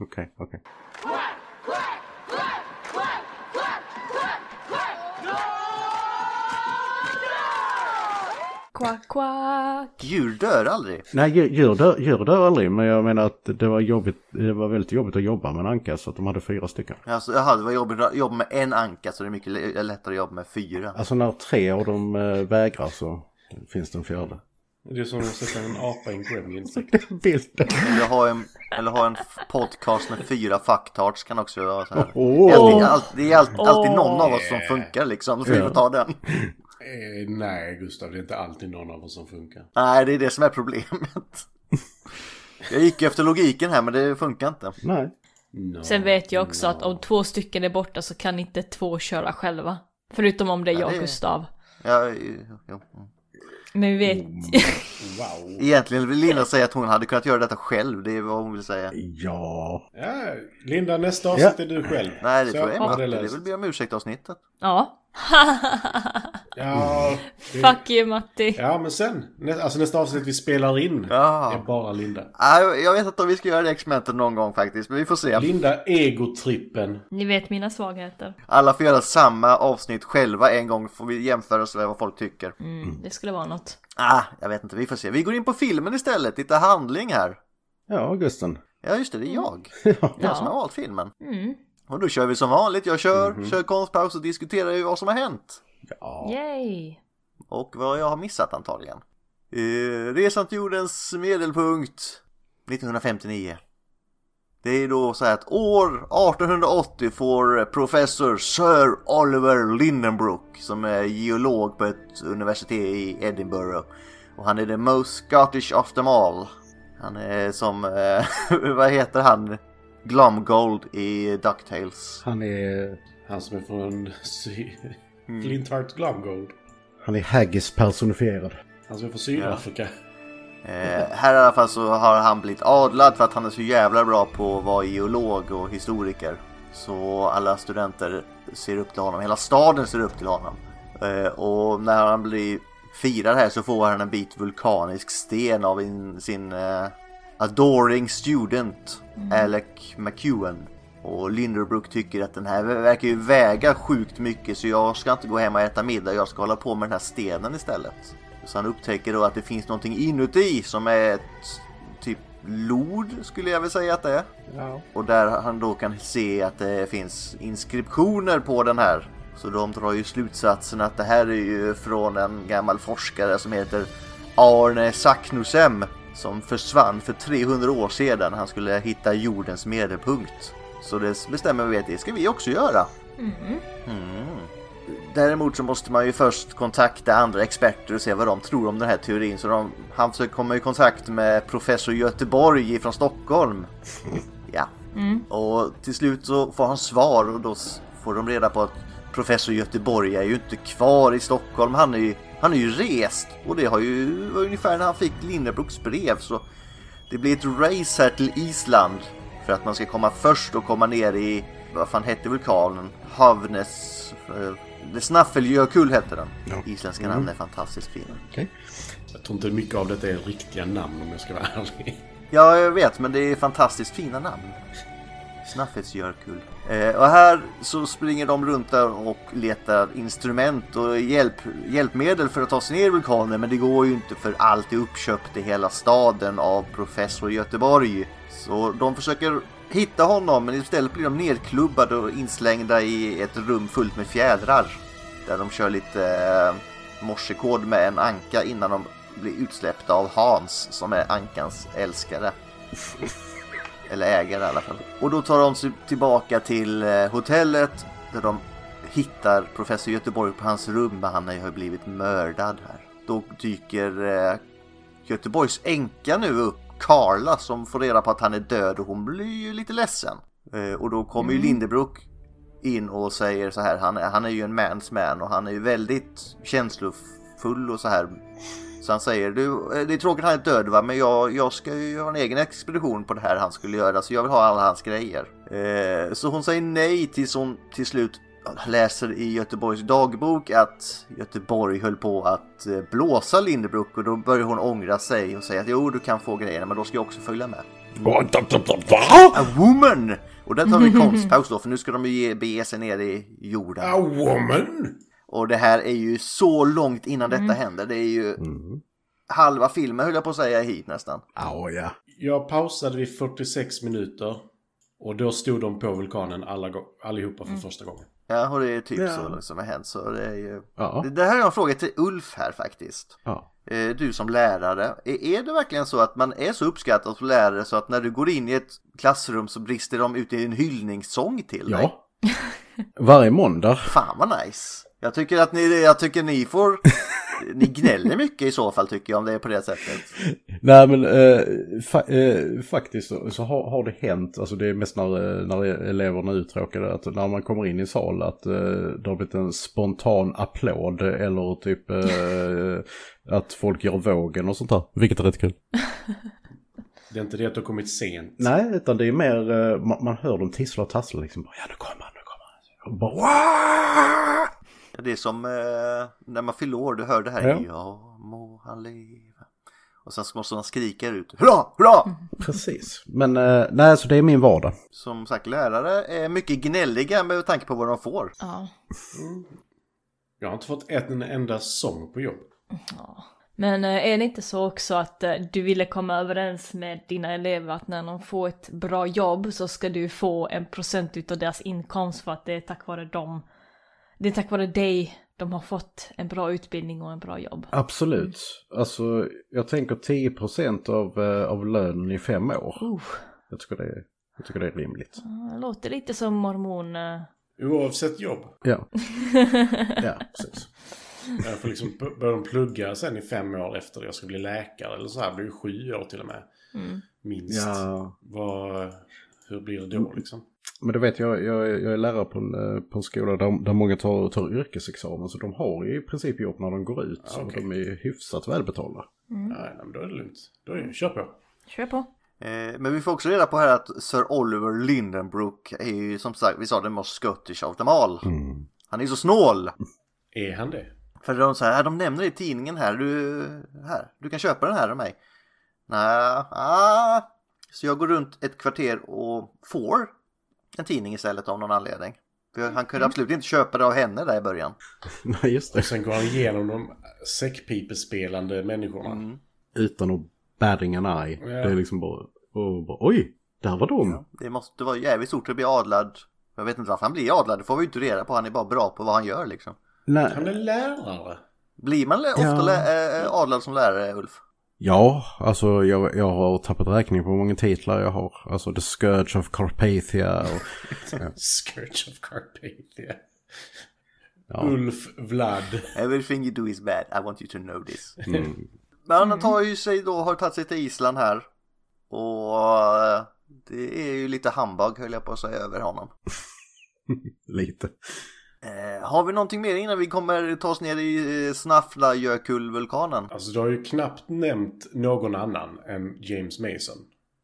Okej, okej. Quack quack. Djur dör aldrig. Nej, djur- djur dör, djur dör aldrig, men jag menar att det var, jobbigt, det var väldigt jobbigt att jobba med en anka så att de hade fyra stycken. Alltså, jaha, det var jobbigt att jobba med en anka så det är mycket lä- lättare att jobba med fyra. Alltså när tre av dem eh, vägrar så finns det en fjärde. Det är som att sätta en apa i en gremlin-sekt. Bilden! Eller ha en, eller ha en f- podcast med fyra fucktarts kan också vara så här. Åh. Alltid, all, det är all, alltid någon av oss som funkar liksom. Då får vi Ja. ta den. Eh, nej, Gustav, det är inte alltid någon av oss som funkar. Nej, det är det som är problemet. Jag gick ju efter logiken här men det funkar inte. Nej. No. Sen vet jag också att om två stycken är borta så kan inte två köra själva. Förutom om det är jag och det- Gustav. Jag, jo. Men vi vet... Mm. Wow. Egentligen vill Linda säga att hon hade kunnat göra detta själv. Det är vad hon vill säga. Ja. Ja, Linda, nästa avsnitt är du själv. Nej, det Så, tror jag är var Matti. det Det löst. vill be om ursäkt avsnittet. ja. Ja, det, Fuck you Matti. ja men sen. Nä, alltså nästa avsnitt vi spelar in Ja. är bara Linda. Nej, jag vet inte om vi ska göra det experimentet någon gång faktiskt, men vi får se. Linda egotrippen. Ni vet mina svagheter. Alla får göra samma avsnitt själva en gång, får vi jämföra oss med vad folk tycker. Mm. Det skulle vara något. Ah, jag vet inte, vi får se. Vi går in på filmen istället, lite handling här. Ja, Gusten. Ja, just det, det är jag. Det är jag som har Ja. valt filmen. Mm. Och då kör vi som vanligt, jag kör, kör konstpaus och diskuterar ju vad som har hänt. Yay! Och vad jag har missat antagligen. Eh, resan till jordens medelpunkt 1959. Det är då så här att år 1880 får professor Sir Oliver Lindenbrook som är geolog på ett universitet i Edinburgh. Och han är the most Scottish of them all. Han är som, eh, vad heter han, Glomgold i DuckTales. Han är, Han som är från Sy- Mm. Flintheart Glumgold. han är haggis personifierad. Han som är från Sydafrika. Eh, här i alla fall så har han blivit adlad för att han är så jävla bra på att vara geolog och historiker. Så alla studenter ser upp till honom, hela staden ser upp till honom. Eh, och när han blir firad här så får han en bit vulkanisk sten av in, sin eh, adoring student Alec McEwen. Och Linderbrook tycker att den här verkar ju väga sjukt mycket så jag ska inte gå hem och äta middag, jag ska hålla på med den här stenen istället. Så han upptäcker då att det finns någonting inuti som är ett typ lod skulle jag väl säga att det är. Och där han då kan se att det finns inskriptioner på den här. Så de drar ju slutsatsen att det här är ju från en gammal forskare som heter Arne Saknussemm som försvann för 300 år sedan. Han skulle hitta jordens medelpunkt. Så det bestämmer vi att det ska vi också göra. Mm. Däremot så måste man ju först kontakta andra experter och se vad de tror om den här teorin. Så de, han försöker komma i kontakt med professor Göteborg från Stockholm. Ja. Och till slut så får han svar och då s- får de reda på att professor Göteborg är ju inte kvar i Stockholm. Han är ju, han är ju rest och det har ju var ungefär när han fick Lindebrooks brev. Så det blir ett race här till Island för att man ska komma först och komma ner i, vad fan hette vulkanen? Havnes... Eh, Snaffeljökull hette den. Isländska namn är fantastiskt fina. Jag tror inte mycket av detta är riktiga namn om jag ska vara ärlig. Ja, jag vet, men det är fantastiskt fina namn. Snaffelsjökull. Eh, och här så springer de runt där och letar instrument och hjälp, hjälpmedel för att ta sig ner i vulkanen. Men det går ju inte för allt är uppköpt i hela staden av professor Göteborg. Så de försöker hitta honom, men istället blir de nedklubbade och inslängda i ett rum fullt med fjädrar. Där de kör lite eh, morsekod med en anka innan de blir utsläppta av Hans som är ankans älskare. Eller ägare i alla fall. Och då tar de sig tillbaka till eh, hotellet där de hittar professor Göteborg på hans rum men han har ju blivit mördad här. Då dyker eh, Göteborgs änka nu upp, Carla, som får reda på att han är död och hon blir ju lite ledsen. Eh, och då kommer ju Lindebrok in och säger så här, han är, han är ju en mans man och han är ju väldigt känslofull och så här. Så han säger, du, eh, det är tråkigt att han är död va, men jag, jag ska ju göra en egen expedition på det här han skulle göra, så jag vill ha alla hans grejer. Eh, så hon säger nej tills hon till slut läser i Göteborgs dagbok att Göteborg höll på att eh, blåsa Lindebrok och då börjar hon ångra sig och säga att jo, du kan få grejerna, men då ska jag också följa med. A woman! Och där tar vi konstpaus då, för nu ska de ju ge- bege sig ner i jorden. A Ah, woman! Och det här är ju så långt innan detta händer. Det är ju halva filmen höll jag på att säga hit nästan. Mm. Ja, ja. Jag pausade vid 46 minuter. Och då stod de på vulkanen alla, go- allihopa för första gången. Ja, och det är typ Ja. så långt som har hänt. Så det, är ju... Ja. det, det här är en fråga till Ulf här faktiskt. ja. Eh, Du som lärare, är är det verkligen så att man är så uppskattad som lärare så att när du går in i ett klassrum så brister de ut i en hyllningssång till dig? ja. Varje måndag. Fan vad nice! Jag tycker att ni, jag tycker ni får, ni gnäller mycket i så fall tycker jag om det är på det sättet. Nej men eh, fa- eh, faktiskt så, så har, har det hänt, alltså det är mest när, eh, när eleverna är uttråkade, att när man kommer in i sal att eh, det har blivit en spontan applåd eller typ eh, att folk gör vågen och sånt där. Vilket är rätt kul. Det är inte det att du har kommit sent. Nej, utan det är mer, eh, man, man hör dem tissla och tassla liksom. Bara, ja, nu kommer han, nu kommer han. Och bara, "Wah!" Det är som eh, när man fyller år, du hör det här. Ja. Ja, må han leva. Och sen så måste man skrika ut hurra, hurra! Precis. Men eh, nej, så det är min vardag. Som sagt, lärare är mycket gnälliga med tanke på vad de får. Ja. Jag har inte fått en enda sång på jobb. Men eh, är det inte så också att eh, du ville komma överens med dina elever att när de får ett bra jobb så ska du få en procent utav deras inkomst för att det är tack vare dem. Det är tack vare dig de har fått en bra utbildning och en bra jobb. Absolut. Alltså, jag tänker 10% av, eh, av lönen i fem år. Uh, Jag tycker det är, jag tycker det är rimligt. det låter lite som mormon... eh, Oavsett jobb. Ja. ja, precis. Jag får liksom p- börja plugga sen i fem år efter jag ska bli läkare eller så här. Det blir ju sju år till och med. Minst. Ja. Mm. Vad, hur blir det då liksom? Men du vet, jag, jag, är- jag är lärare på en, eh, på en skola där, där många tar, tar yrkesexamen. Så de har ju i princip jobb när de går ut. Ja, Och Ah, okej. de är ju hyfsat välbetalda. Nej, nej, men då är det lugnt. Då är det, kör på. Kör på. Eh, men vi får också reda på här att Sir Oliver Lindenbrook är ju som sagt, vi sa den most Scottish av dem all. Han är ju så snål! Är han det? För de så här, "Ja, de nämner det i tidningen här, du, här, du kan köpa den här av mig. Nej, ah. Så jag går runt ett kvarter och får en tidning istället av någon anledning. För han kunde absolut inte köpa det av henne där i början. Nej, just det. Och sen går han igenom de säckpipespelande människorna. Mm. Utan att batting an eye. Ja. Det är liksom bara, och bara oj, där var de. Det måste vara jävligt stort att bli adlad. Jag vet inte varför han blir adlad, det får vi ju inte reda på. Han är bara bra på vad han gör liksom. Nej. Han är lärare. Blir man lä- ofta Ja. lä- äh, adlad som lärare, Ulf? Ja, alltså jag, jag har tappat räkning på hur många titlar jag har. Alltså The Scourge of Carpathia och Scourge of Carpathia. Ja. Ulf Vlad. Everything you do is bad, I want you to know this. mm, Men han tar ju sig då, har tagit sig till Island här. Och eh, det är ju lite handbag höll jag på att säga över honom. lite. Eh, har vi någonting mer innan vi kommer ta oss ner i eh, Snaflajökullvulkanen? Alltså du har ju knappt nämnt någon annan än James Mason.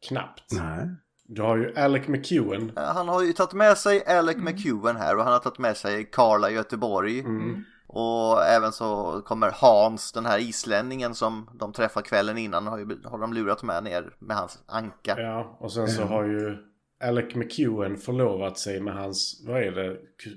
Knappt. Nej. Du har ju Alec McEwen. Eh, Han har ju tagit med sig Alec McEwen här och han har tagit med sig Carla Göteborg. Mm. Och även så kommer Hans, den här islänningen som de träffar kvällen innan, har, ju, har de lurat med ner med hans anka. Ja, och sen så har ju Alec McEwen förlovat sig med hans, vad är det, K-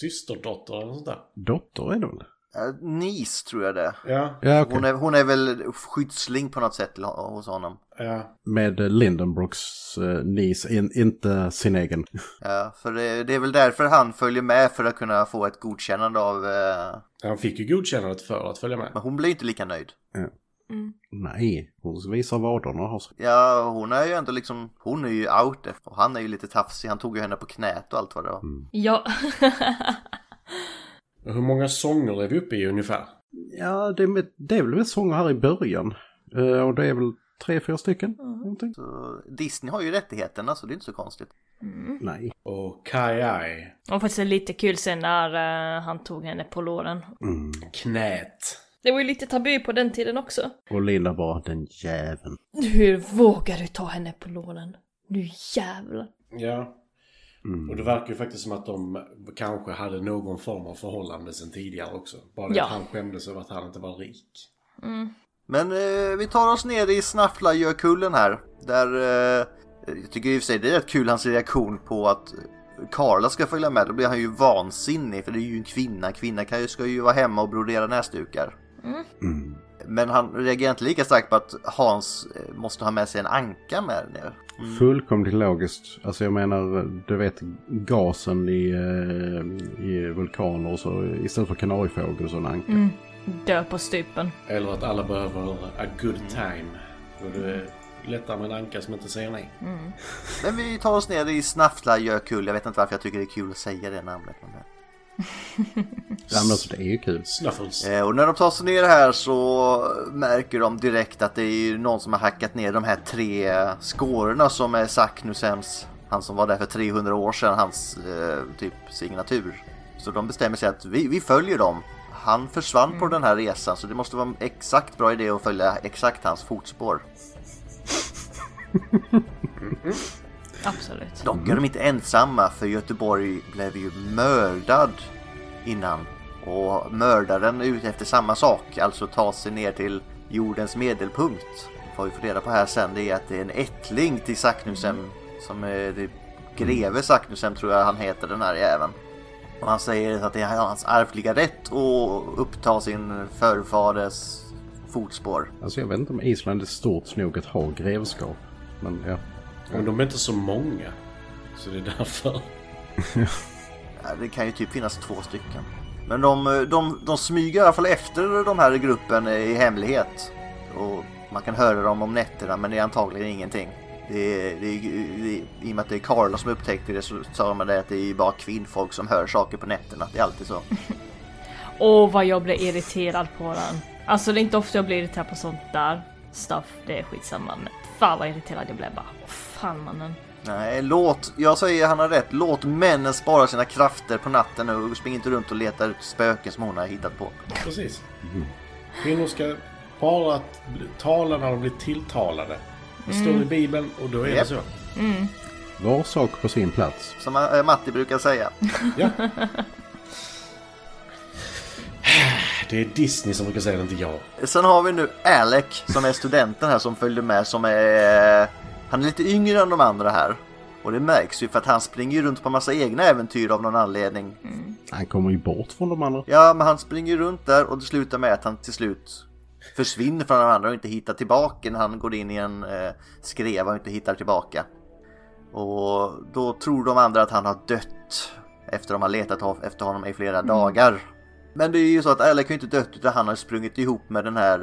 systerdotter eller sånt där. Dotter är det väl? Eh, Nis tror jag det. Ja, Ja, okej. Hon är, hon är väl skyddsling på något sätt till, hos honom. ja. Med eh, Lindenbrooks eh, niece, in, inte sin egen. Ja, för det, det är väl därför han följer med för att kunna få ett godkännande av... Eh, Han fick ju godkännandet för att följa med. men hon blir ju inte lika nöjd. Nej, hon visar vaderna och har sig. Ja, hon är ju ändå liksom... Hon är ju out efter- och han är ju lite tafsig. Han tog ju henne på knät och allt vad det var. Ja. Och Hur många sånger är vi uppe i ungefär? Ja, det är, med, det är väl mest sånger här i början. Eh, och det är väl tre, fyra stycken. Någonting. Så Disney har ju rättigheterna så det är inte så konstigt. Nej. Och Kai Ai. Mm. Och faktiskt lite kul sen när eh, han tog henne på låren. Knät. Det var ju lite tabu på den tiden också. Och Linda bara, den jäveln. Hur vågar du ta henne på låren? Nu jävlar. Ja. Mm. Och det verkar ju faktiskt som att de kanske hade någon form av förhållande sen tidigare också. Bara det Ja. att han skämdes över att han inte var rik. Mm. Men eh, vi tar oss ner i Snafflajökullen här. Där... Eh, jag tycker i och för sig det är rätt kul hans reaktion på att Carla ska följa med. Då blir han ju vansinnig för det är ju en kvinna. Kvinna kan ju, ska ju vara hemma och brodera näsdukar. Mm. Men han reagerar inte lika starkt på att Hans eh, måste ha med sig en anka med ner. Mm. Fullkomligt logiskt. Alltså jag menar, du vet gasen i, eh, i vulkaner och så istället för kanariefågel så en anka. Dö på stupen. Eller att alla behöver a good time. Och det är lättare med en anka som inte säger nej. Men vi tar oss ner i Snafflajökull. Jag vet inte varför jag tycker det är kul att säga det namnet. Men... Ja, men alltså det är ju kul. Snuffles. Eh, Och när de tar sig ner här så märker de direkt att det är ju någon som har hackat ner de här tre skårorna som är Saknussems, han som var där för 300 år sedan, hans eh, typ signatur. Så de bestämmer sig att vi, vi följer dem. Han försvann på den här resan så det måste vara en exakt bra idé att följa exakt hans fotspår. Absolut. Dock är de inte ensamma för Göteborg blev ju mördad innan Och mördaren är ute efter samma sak, alltså ta sig ner till jordens medelpunkt. Vad vi får reda på här sen det är att det är en ättling till Saknussem. Som är det greve Saknussem tror jag han heter den här jäveln. Och han säger att det är hans ärftliga rätt att uppta sin förfaders fotspår. Alltså jag vet inte om Island är stort nog att ha grevskap. Men ja. Men de är inte så många. Så det är därför. Ja, Det kan ju typ finnas två stycken. Men de, eh, de, de smyger i alla fall efter de här i gruppen i hemlighet. Och man kan höra dem om nätterna men det är antagligen ingenting. Det är, det är, det är, I och med att det är Carla som upptäckte det så sa man det att det är bara kvinnfolk som hör saker på nätterna. Det är alltid så. Åh vad jag blir irriterad på den. Alltså det är inte ofta jag blir irriterad på sånt där stuff. Det är skitsamma men fan vad irriterad jag blev bara. Åh, fan mannen. Nej, låt, jag säger han har rätt. Låt männen spara sina krafter på natten nu och spring inte runt och leta ut spöken som hon har hittat på. Precis. Kvinnor ska bara att bli, tala när de blir tilltalade. Det står i Bibeln och då är det Japp. så. Var sak på sin plats. Som eh, Matti brukar säga. Ja. Det är Disney som brukar säga det, inte jag. Sen har vi nu Alec som är studenten här som följde med som är... Han är lite yngre än de andra här. Och det märks ju för att han springer ju runt på massa egna äventyr av någon anledning. Han kommer ju bort från de andra. Ja, men han springer ju runt där och det slutar med att han till slut försvinner från de andra och inte hittar tillbaka när han går in i en eh, skreva och inte hittar tillbaka. Och då tror de andra att han har dött efter de har letat ho- efter honom i flera dagar. Men det är ju så att Alec har ju inte dött utan han har sprungit ihop med den här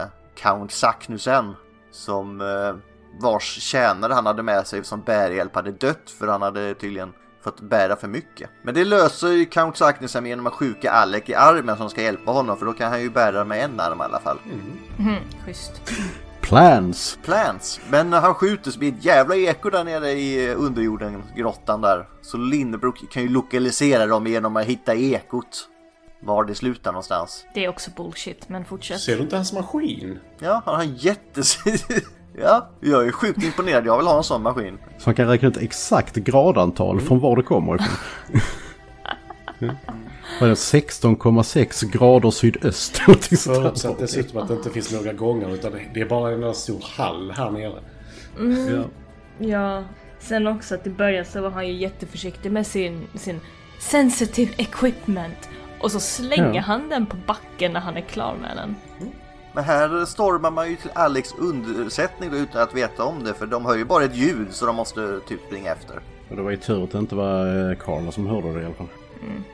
eh, Count Saknusen som eh, vars tjänare han hade med sig som bärhjälp hade dött för han hade tydligen fått bära för mycket. Men det löser ju Count Saknusen genom att sjuka Alec i armen som ska hjälpa honom för då kan han ju bära med en arm i alla fall. Schysst. Plans! Plants. Men när han skjuter så blir det ett jävla eko där nere i eh, underjorden, grottan där. Så Lindebrook kan ju lokalisera dem genom att hitta ekot. Var det slutar någonstans. Det är också bullshit men fortsätt. Ser du inte hans maskin? Ja, han har en jättes... ja, jag är sjukt imponerad. Jag vill ha en sån maskin. Så han kan räkna ut exakt gradantal från var det kommer ifrån. Mm. Vad är det? 16,6 grader sydöst. någonting sånt där. Förutsatt dessutom att det inte finns några gånger utan det är bara en enda stor hall här nere. Ja. Ja, sen också att i början så var han ju jätteförsiktig med sin, sin sensitive equipment. Och så slänger Ja. han den på backen när han är klar med den. Men här stormar man ju till Alex undsättning då utan att veta om det. För de hör ju bara ett ljud så de måste typ springa efter. Och det var ju tur att det inte var eh, Carla som hörde det i alla fall.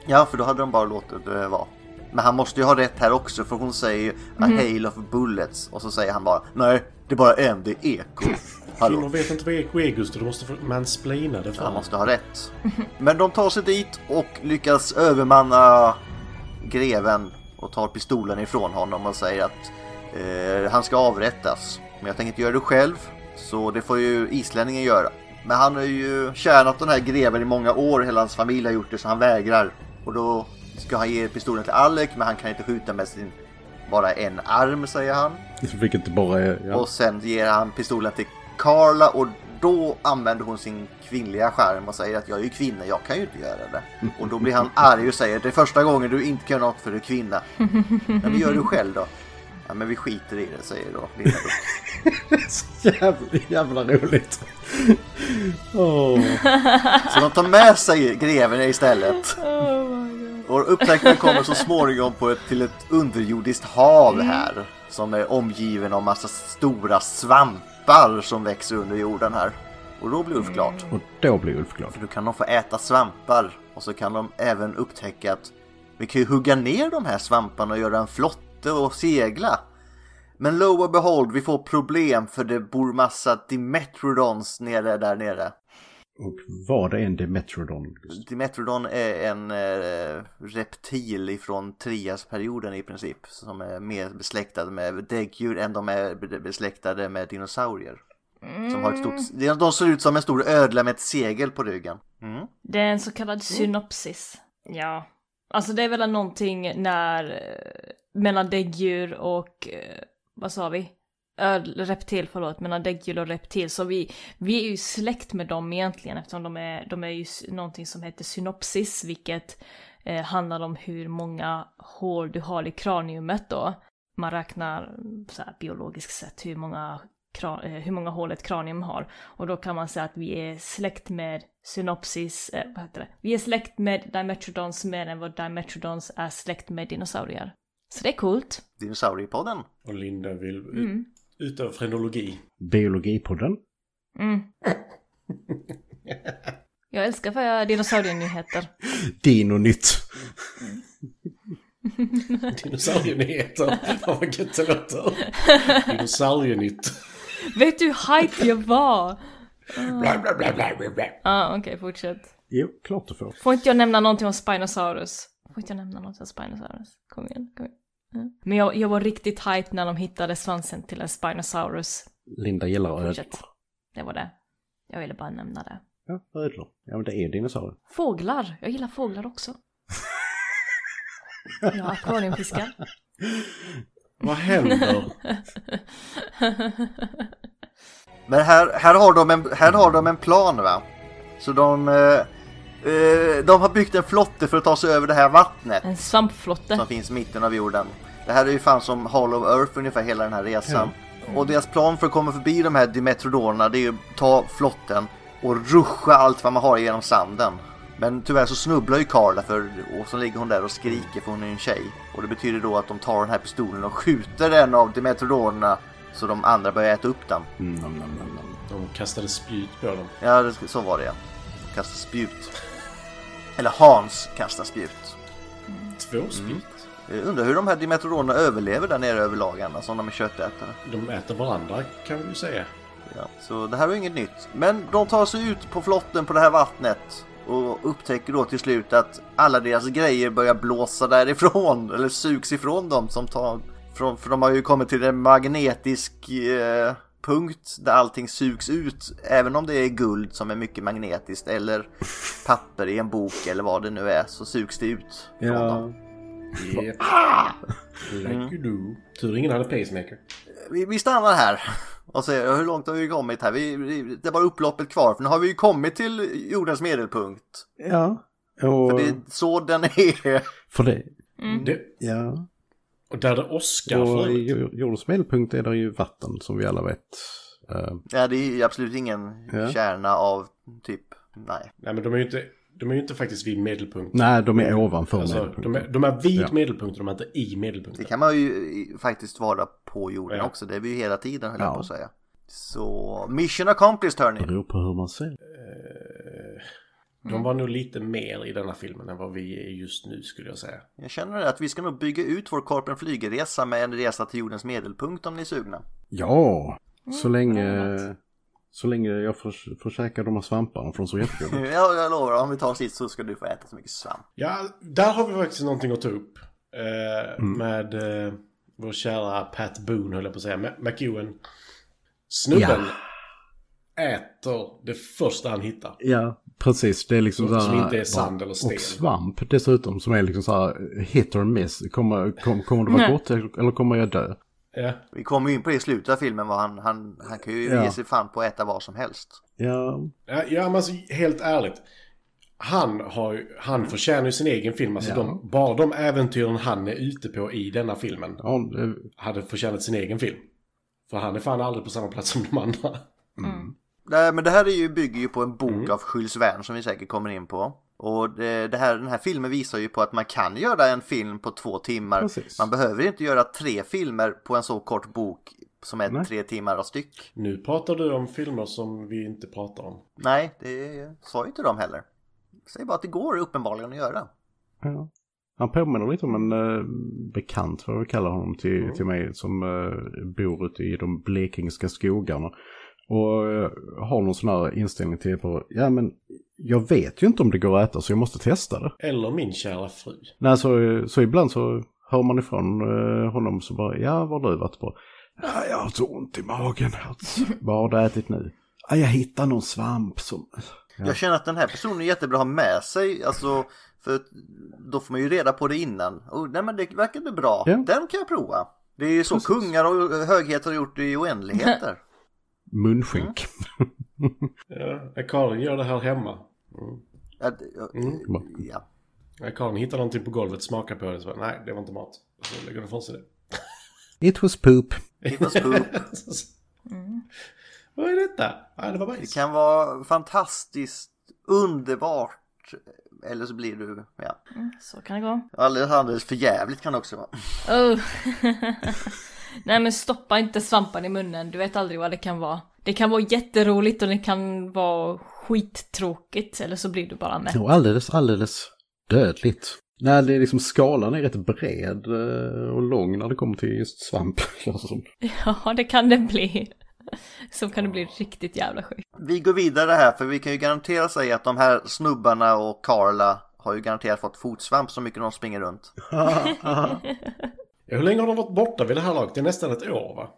Ja, för då hade de bara låtit det vara. Men han måste ju ha rätt här också för hon säger ju a hail of bullets och så säger han bara nej, det är bara en, det är eko. Kvinnor Hallå. vet inte vad eko är Gustav, du måste få mansplaina det för Han dem. måste ha rätt. Men de tar sig dit och lyckas övermanna greven och tar pistolen ifrån honom och säger att eh, han ska avrättas. Men jag tänker inte göra det själv, så det får ju islänningen göra. Men han har ju tjänat den här greven i många år, hela hans familj har gjort det, så han vägrar. Och då ska han ge pistolen till Alec, men han kan inte skjuta med sin bara en arm, säger han. Vilket bara är... Ja. Och sen ger han pistolen till Carla och då använder hon sin kvinnliga skärm och säger att jag är ju kvinna, jag kan ju inte göra det. Och då blir han arg och säger det är första gången du inte kan göra något för du är kvinna. Men det gör du själv då. Ja men vi skiter i det säger då Linda Brook. Jävla, jävla roligt. Åh. Så de tar med sig greven istället. Och upptäckten kommer så småningom på ett, till ett underjordiskt hav här. Som är omgiven av massa stora svampar som växer under jorden här. Och då blir Ulf glad. Och då blir Ulf glad. För då kan de få äta svampar och så kan de även upptäcka att vi kan ju hugga ner de här svamparna och göra en flotte och segla. Men lo and behold, vi får problem för det bor massa Dimetrodons nere där nere. Och vad är en Demetrodon? Just? Dimetrodon är en eh, reptil ifrån triasperioden i princip som är mer besläktad med däggdjur än de är be- besläktade med dinosaurier. Som har ett Mm. stort, de- de ser ut som en stor ödla med ett segel på ryggen. Mm. Det är en så kallad synopsis. Ja. Alltså det är väl någonting när eh, mellan däggdjur och eh, vad sa vi? Öl, reptil, förlåt, mellan däggdjur och reptil. Så vi, vi är ju släkt med dem egentligen eftersom de är, de är ju s- någonting som heter synopsis, vilket eh, handlar om hur många hål du har i kraniumet då. Man räknar så här, biologiskt sett hur många, kra- eh, hur många hål ett kranium har. Och då kan man säga att vi är släkt med synopsis, eh, vad heter det? Vi är släkt med Dimetrodons mer än vad Dimetrodons är släkt med dinosaurier. Så det är coolt. Dinosauriepodden. Och Linda vill ut- utöva frenologi. Biologipodden. Mm. Jag älskar vad jag dinosaurienyheter. Dino-nytt. Dinosaurienyheter. Fan vad gött det låter. Dinosaurienytt. Vet du hur hype jag var? Bla, bla, bla, bla, bla, bla. Ja, ah, okej, fortsätt. Jo, klart du får. Får inte jag nämna någonting om Spinosaurus? Får inte jag nämna någonting om Spinosaurus? Kom igen, kom igen. Ja. Men jag, jag var riktigt hype när de hittade svansen till en Spinosaurus. Linda gillar ödlor. Fortsätt. Det var det. Jag ville bara nämna det. Ja, ödlor. Ja, men det är dinosaurier. Fåglar! Jag gillar fåglar också. Ja, akvariumfiskar. Vad händer? Men här, här, har de en, här har de en plan va? Så de, eh, eh, de har byggt en flotte för att ta sig över det här vattnet En svampflotte. som finns i mitten av jorden. Det här är ju fan som Hollow Earth ungefär hela den här resan. Och deras plan för att komma förbi de här Dimetrodonerna det är ju att ta flotten och ruscha allt vad man har genom sanden. Men tyvärr så snubblar ju Carla för, och så ligger hon där och skriker för hon är ju en tjej. Och det betyder då att de tar den här pistolen och skjuter en av Dimetrodonerna så de andra börjar äta upp den. Mm, nom, nom, nom, nom. De kastade spjut på dem. Ja, det, så var det ja. Kasta spjut. Eller Hans kastar spjut. Två spjut. Jag undrar hur de här Dimetrodonerna överlever där nere överlag annars om de är köttätare. De äter varandra kan vi ju säga. Ja. Så det här är ju inget nytt. Men de tar sig ut på flotten på det här vattnet och upptäcker då till slut att alla deras grejer börjar blåsa därifrån eller sugs ifrån dem som tar... Från, för de har ju kommit till en magnetisk eh, punkt där allting sugs ut. Även om det är guld som är mycket magnetiskt eller papper i en bok eller vad det nu är så sugs det ut från dem. Ja. Yep. Ah! Like you do. Tur ingen hade pacemaker. Mm. vi, vi stannar här och ser hur långt har vi kommit här. Vi, vi, det är bara upploppet kvar för nu har vi ju kommit till jordens medelpunkt. Ja. Och... För det är så den är. För det... Det, Ja. och där det åskar Och förut. i jord- jordens medelpunkt är det ju vatten som vi alla vet. Eh, Ja, det är ju absolut ingen Ja. kärna av typ, nej. Nej men de är ju inte, de är ju inte faktiskt vid medelpunkten. nej, de är ovanför Alltså, medelpunkten. de, är, de är vid Ja. medelpunkten, de är inte i Det medelpunkten. kan man ju i- faktiskt vara på jorden Ja. också. Det är vi ju hela tiden höll Ja. Mm. jag på att säga. Så mission accomplished hörni. Beror på hur man ser. De var nog lite mer i denna filmen än vad vi är just nu skulle jag säga. Jag känner att vi ska nog bygga ut vår Korpen flygeresa med en resa till jordens medelpunkt om ni är sugna. Ja, Mm, så länge... bland annat. Så länge jag får, får käka de här svamparna från Sovjetunionen. Jag, jag lovar, om vi tar sitt så ska du få äta så mycket svamp. Ja, där har vi faktiskt någonting att ta upp. Eh, Mm. Med eh, vår kära Pat Boone, höll jag på att säga. Ma- McEwen. Snubben äter det första han hittar. Ja, precis. Det är liksom Som- så här- som inte är sand eller sten. Och svamp dessutom som är liksom så här hit or miss. Kommer, kom, kommer det vara Nej. gott eller kommer jag dö? Ja, Vi kommer ju in på det i slutet av filmen vad han, han, han kan ju Ja. ge sig fan på att äta vad som helst. Ja, ja, ja men alltså, helt ärligt. Han, har, ju- han förtjänar ju sin egen film. Alltså Ja. de, bara de äventyren han är ute på i denna filmen ja eh, hade förtjänat sin egen film. För han är fan aldrig på samma plats som de andra. Mm. Nej, men det här är ju, bygger ju på en bok Mm. av Jules Verne som vi säkert kommer in på. Och det, det här, den här filmen visar ju på att man kan göra en film på två timmar. Precis. Man behöver inte göra tre filmer på en så kort bok som är Nej. tre timmar styck. Nu pratar du om filmer som vi inte pratar om. Nej, det sa ju inte de heller. Säg bara att det går uppenbarligen att göra. ja. Han påminner lite om en eh, bekant, vad vi kallar honom, till, till mig som eh, bor ute i de blekingska skogarna. Och eh, har någon sån här inställning till, på, ja men jag vet ju inte om det går att äta så jag måste testa det. Eller min kära fru. Nej, så, så ibland så hör man ifrån eh, honom så bara, ja, vad har du varit på? Ja, jag har så ont i magen. Alltså. vad har du ätit nu? Ja, jag hittar någon svamp som... Ja. Jag känner att den här personen är jättebra att ha med sig. Alltså, för då får man ju reda på det innan. Och, nej men det verkade bra. Ja. Den kan jag prova. Det är ju så kungar och högheter har gjort i oändligheter. Munskink. Ja, Karin gör det här hemma. eh, Ja, det- ja, Mm. ja. Ja, Karin hittar någonting på golvet, smakar på det och så bara, nej, det var inte mat. Och så lägger hon ifrån sig det. It was poop. It was poop. Vad är detta? Ja, det var bajs. Mm. Det kan vara fantastiskt underbart. Eller så blir du, ja. Så kan det gå. Alldeles alldeles för jävligt kan det också vara. Oh. Nej men stoppa inte svampan i munnen, du vet aldrig vad det kan vara. Det kan vara jätteroligt och det kan vara skittråkigt, eller så blir du bara med. Och alldeles, alldeles dödligt. Nej, det är liksom skalan är rätt bred eh, och lång när det kommer till just svamp. känns det som. Ja, det kan det bli. Så kan det bli riktigt jävla sjukt. Vi går vidare här för vi kan ju garantera sig att de här snubbarna och Carla har ju garanterat fått fotsvamp så mycket de springer runt. Ja, hur länge har de varit borta vid det här laget? Det är nästan ett år, va?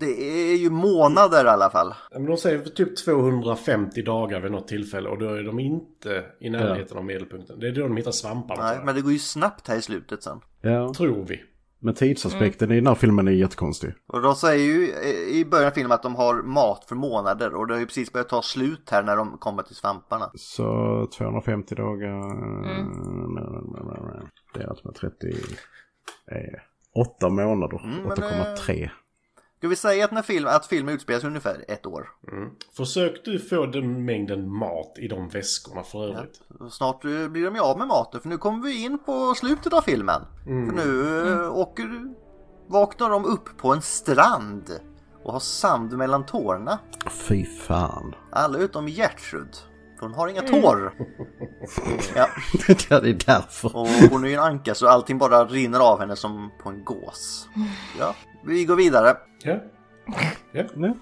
Det är ju månader i alla fall. Ja, Men de säger för typ 250 dagar vid något tillfälle och då är de inte i närheten av medelpunkten. Det är då de hittar svamparna. tror Nej, jag. men det går ju snabbt här i slutet sen. ja. Tror vi. Men tidsaspekten i den här filmen är jättekonstig. Och de säger ju i början av filmen att de har mat för månader och det har ju precis börjat ta slut här när de kommer till svamparna. Så 250 dagar... Mm. Delat med 30... Eh, 8 alltså månader. Mm, men, eh, 8,3. Ska vi säga att, när film, att filmen utspelar sig ungefär ett år? Försök du få den mängden mat i de väskorna för övrigt. Och Snart eh, blir de ju av med maten för nu kommer vi in på slutet av filmen. För nu eh, åker, vaknar de upp på en strand och har sand mellan tårna. Fy fan. Alla utom Gertrud. För hon har inga tår. Ja, ja, det är därför. och hon är ju en anka så allting bara rinner av henne som på en gås. Ja, vi går vidare. Ja. Ja. Nej.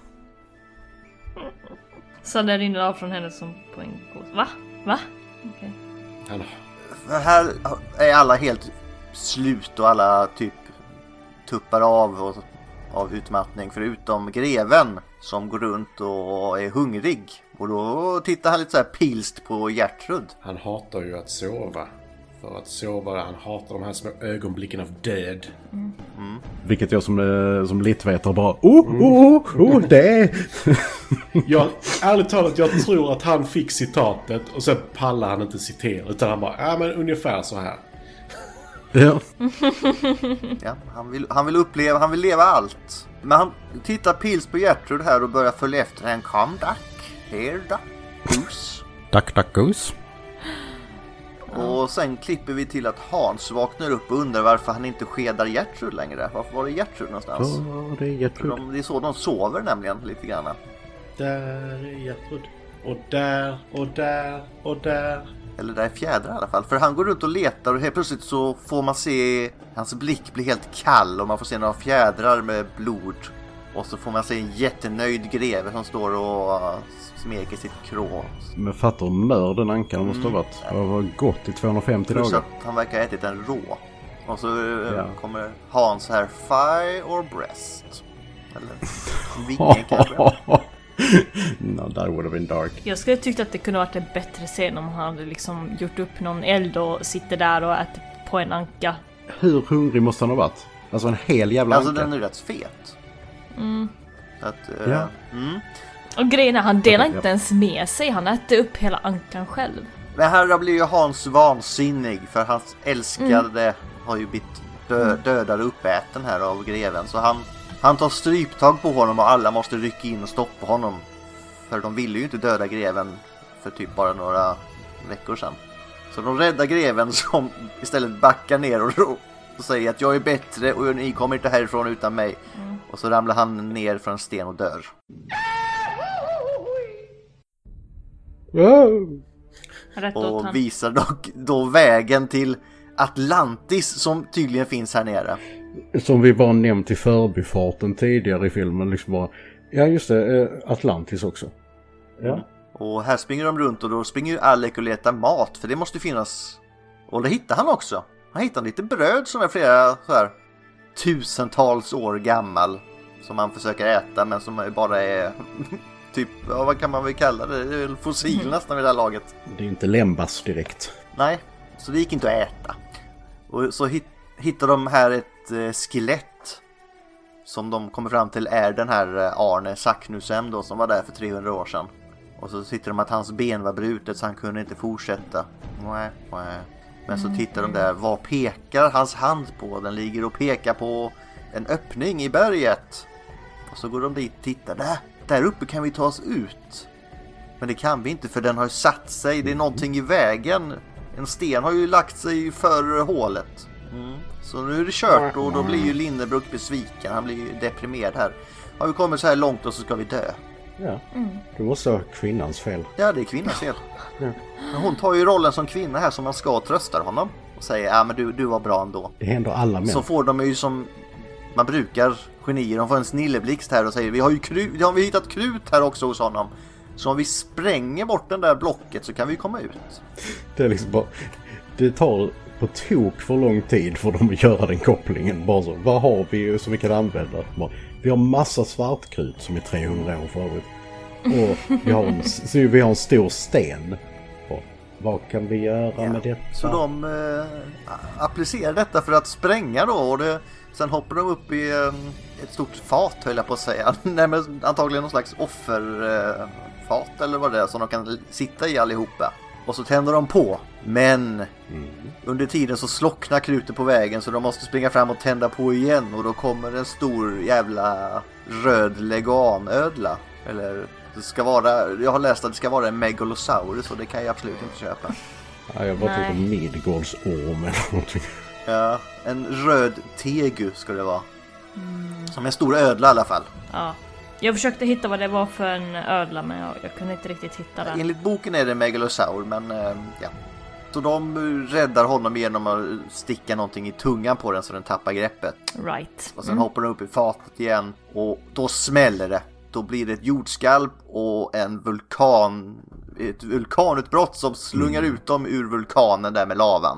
Så det rinner av från henne som på en gås. Va? Va? Okej. Han, Men här är alla helt slut och alla typ tuppar av och, av utmattning förutom greven som går runt och är hungrig. Och då tittar han lite så här pilst på Gertrud. han hatar ju att sova. För att sova, han hatar de här små ögonblicken av död. Vilket jag som, eh, som litvetare bara... Oh, oh, oh, oh, det är... Jag, ärligt talat, jag tror att han fick citatet och sen pallar han inte citera. Utan han bara, ja men ungefär så här. ja. Ja, han, vill, han vill uppleva, han vill leva allt. Men han tittar pilst på Gertrud här och börjar följa efter henne. Come duck, here duck, goose. Duck, duck, goose. Och sen klipper vi till att Hans vaknar upp och undrar varför han inte skedar Gertrud längre. Varför var det Gertrud någonstans? Ja, det är Gertrud. De, det är så de sover nämligen lite grann. Där är Gertrud. Och där, och där, och där. Eller där är fjädrar i alla fall. För han går runt och letar och helt plötsligt så får man se hans blick bli helt kall och man får se några fjädrar med blod. Och så får man se en jättenöjd greve som står och eh, smeker sitt krå. Men fattar hur mör den ankan måste ha varit. Det var gott i 250 Mm. Plus dagar. att han verkar ha ätit en rå. Och så eh, Ja. kommer Hans här, thigh or breast? Eller vinge kanske? no, that would have been dark. Jag skulle tyckt att det kunde varit en bättre scen om han hade liksom gjort upp någon eld och sitter där och äter på en anka. Hur hungrig måste han ha varit? Alltså en hel jävla Alltså anka. den är rätt fet. Så att, eh, Ja. mm. Och grejen är, han delar Ja. inte ens med sig, han äter upp hela ankan själv. Men här blir ju Hans vansinnig för hans älskade har ju blivit dö- dödad och uppäten här av greven. Så han, han tar stryptag på honom och alla måste rycka in och stoppa honom. För de ville ju inte döda greven för typ bara några veckor sedan. Så de räddar greven som istället backar ner och, ro- och säger att jag är bättre och ni kommer inte härifrån utan mig. Och så ramlar han ner från en sten och dör. Rätt åt han. Och visar dock då vägen till Atlantis som tydligen finns här nere. Som vi bara nämnt i förbifarten tidigare i filmen. Liksom bara, ja, just det. eh, Atlantis också. Ja. Och här springer de runt och då springer ju Alec och letar mat för det måste ju finnas. Och det hittar han också. Han hittar lite bröd som är flera så här tusentals år gammal. Som han försöker äta men som är- bara är typ, ja, vad kan man väl kalla det? Det är väl fossil nästan vid det här laget. Det är inte Lembas direkt. Nej, så det gick inte att äta. Och så hit, hittar de här ett eh, skelett som de kommer fram till är den här eh, Arne Saknussemm då som var där för 300 år sedan. Och så sitter de att hans ben var brutet så han kunde inte fortsätta. Mwah, mwah. Men så tittar de där, vad pekar hans hand på? Den ligger och pekar på en öppning i berget. Och så går de dit och tittar, där, där uppe kan vi ta oss ut. Men det kan vi inte för den har satt sig, det är någonting i vägen. En sten har ju lagt sig för hålet. Så nu är det kört och då blir ju Lindebrok besviken, han blir ju deprimerad här. Har vi kommit så här långt och så ska vi dö. Ja. Det måste vara kvinnans fel. Ja, det är kvinnans fel. Men hon tar ju rollen som kvinna här som man ska trösta honom. Och säger, ja men du, du var bra ändå. Det händer alla män. Så får de ju som man brukar genier, de får en snilleblixt här och säger vi har ju krut, har vi hittat krut här också hos honom. Så om vi spränger bort den där blocket så kan vi komma ut. Det är liksom bara... Det tar på tok för lång tid för dem att göra den kopplingen. Bara så, vad har vi som vi kan använda? Bara, vi har massa svartkrut som är 300 år för övrigt. Och vi har en, så vi har en stor sten. Bara, vad kan vi göra med detta? Så de eh, applicerar detta för att spränga då och det, sen hoppar de upp i eh, ett stort fat höll jag på att säga. Nej, men antagligen någon slags offerfat eh, fat eller vad det är som de kan l- sitta i allihopa. Och så tänder de på. Men under tiden så slocknar krutet på vägen så de måste springa fram och tända på igen och då kommer en stor jävla röd leganödla. Eller det ska vara, jag har läst att det ska vara en megalosaurus och det kan jag absolut inte köpa. Ja, jag bara Nej. tänkte Midgårdsorm eller någonting. Ja, en röd tegu ska det vara. Som en stor ödla i alla fall. Ja. Jag försökte hitta vad det var för en ödla men jag, jag kunde inte riktigt hitta den. Enligt boken är det en megalosaur, men eh, ja. Så de eh, räddar honom genom att sticka någonting i tungan på den så den tappar greppet. Right. Och sen hoppar den upp i fatet igen och då smäller det. Då blir det ett jordskalv och en vulkan, ett vulkanutbrott som slungar ut dem ur vulkanen där med lavan.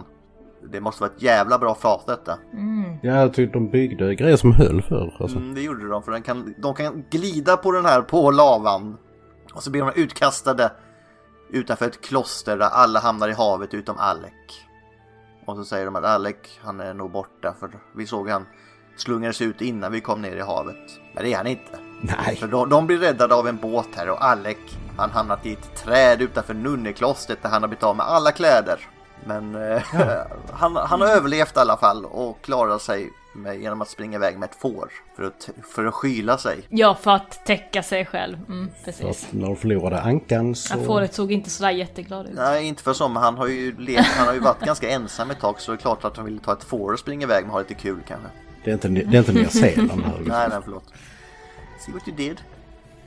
Det måste vara ett jävla bra fat detta. Ja, jag tyckte de byggde grejer som höll förr. Alltså. Mm, det gjorde de, för den kan, de kan glida på den här på lavan. Och så blir de utkastade utanför ett kloster där alla hamnar i havet utom Alec. Och så säger de att Alec, han är nog borta för vi såg han slungades ut innan vi kom ner i havet. Men det är han inte. Nej. Så de, de blir räddade av en båt här och Alec, han hamnat i ett träd utanför nunneklostret där han har blivit av med alla kläder. Men eh, han, han har överlevt i alla fall och klarar sig med, genom att springa iväg med ett får för att, för att skyla sig. Ja, för att täcka sig själv. Mm, Så precis. att när de förlorade ankan så... Ja, fåret såg inte sådär jätteglad ut. Nej, inte för som han har ju levt, han har ju varit ganska ensam ett tag så det är klart att han ville ta ett får och springa iväg med och ha lite kul kanske. Det är inte, det är inte Nya Zeeland herregud. Nej, nej, förlåt. See what you did.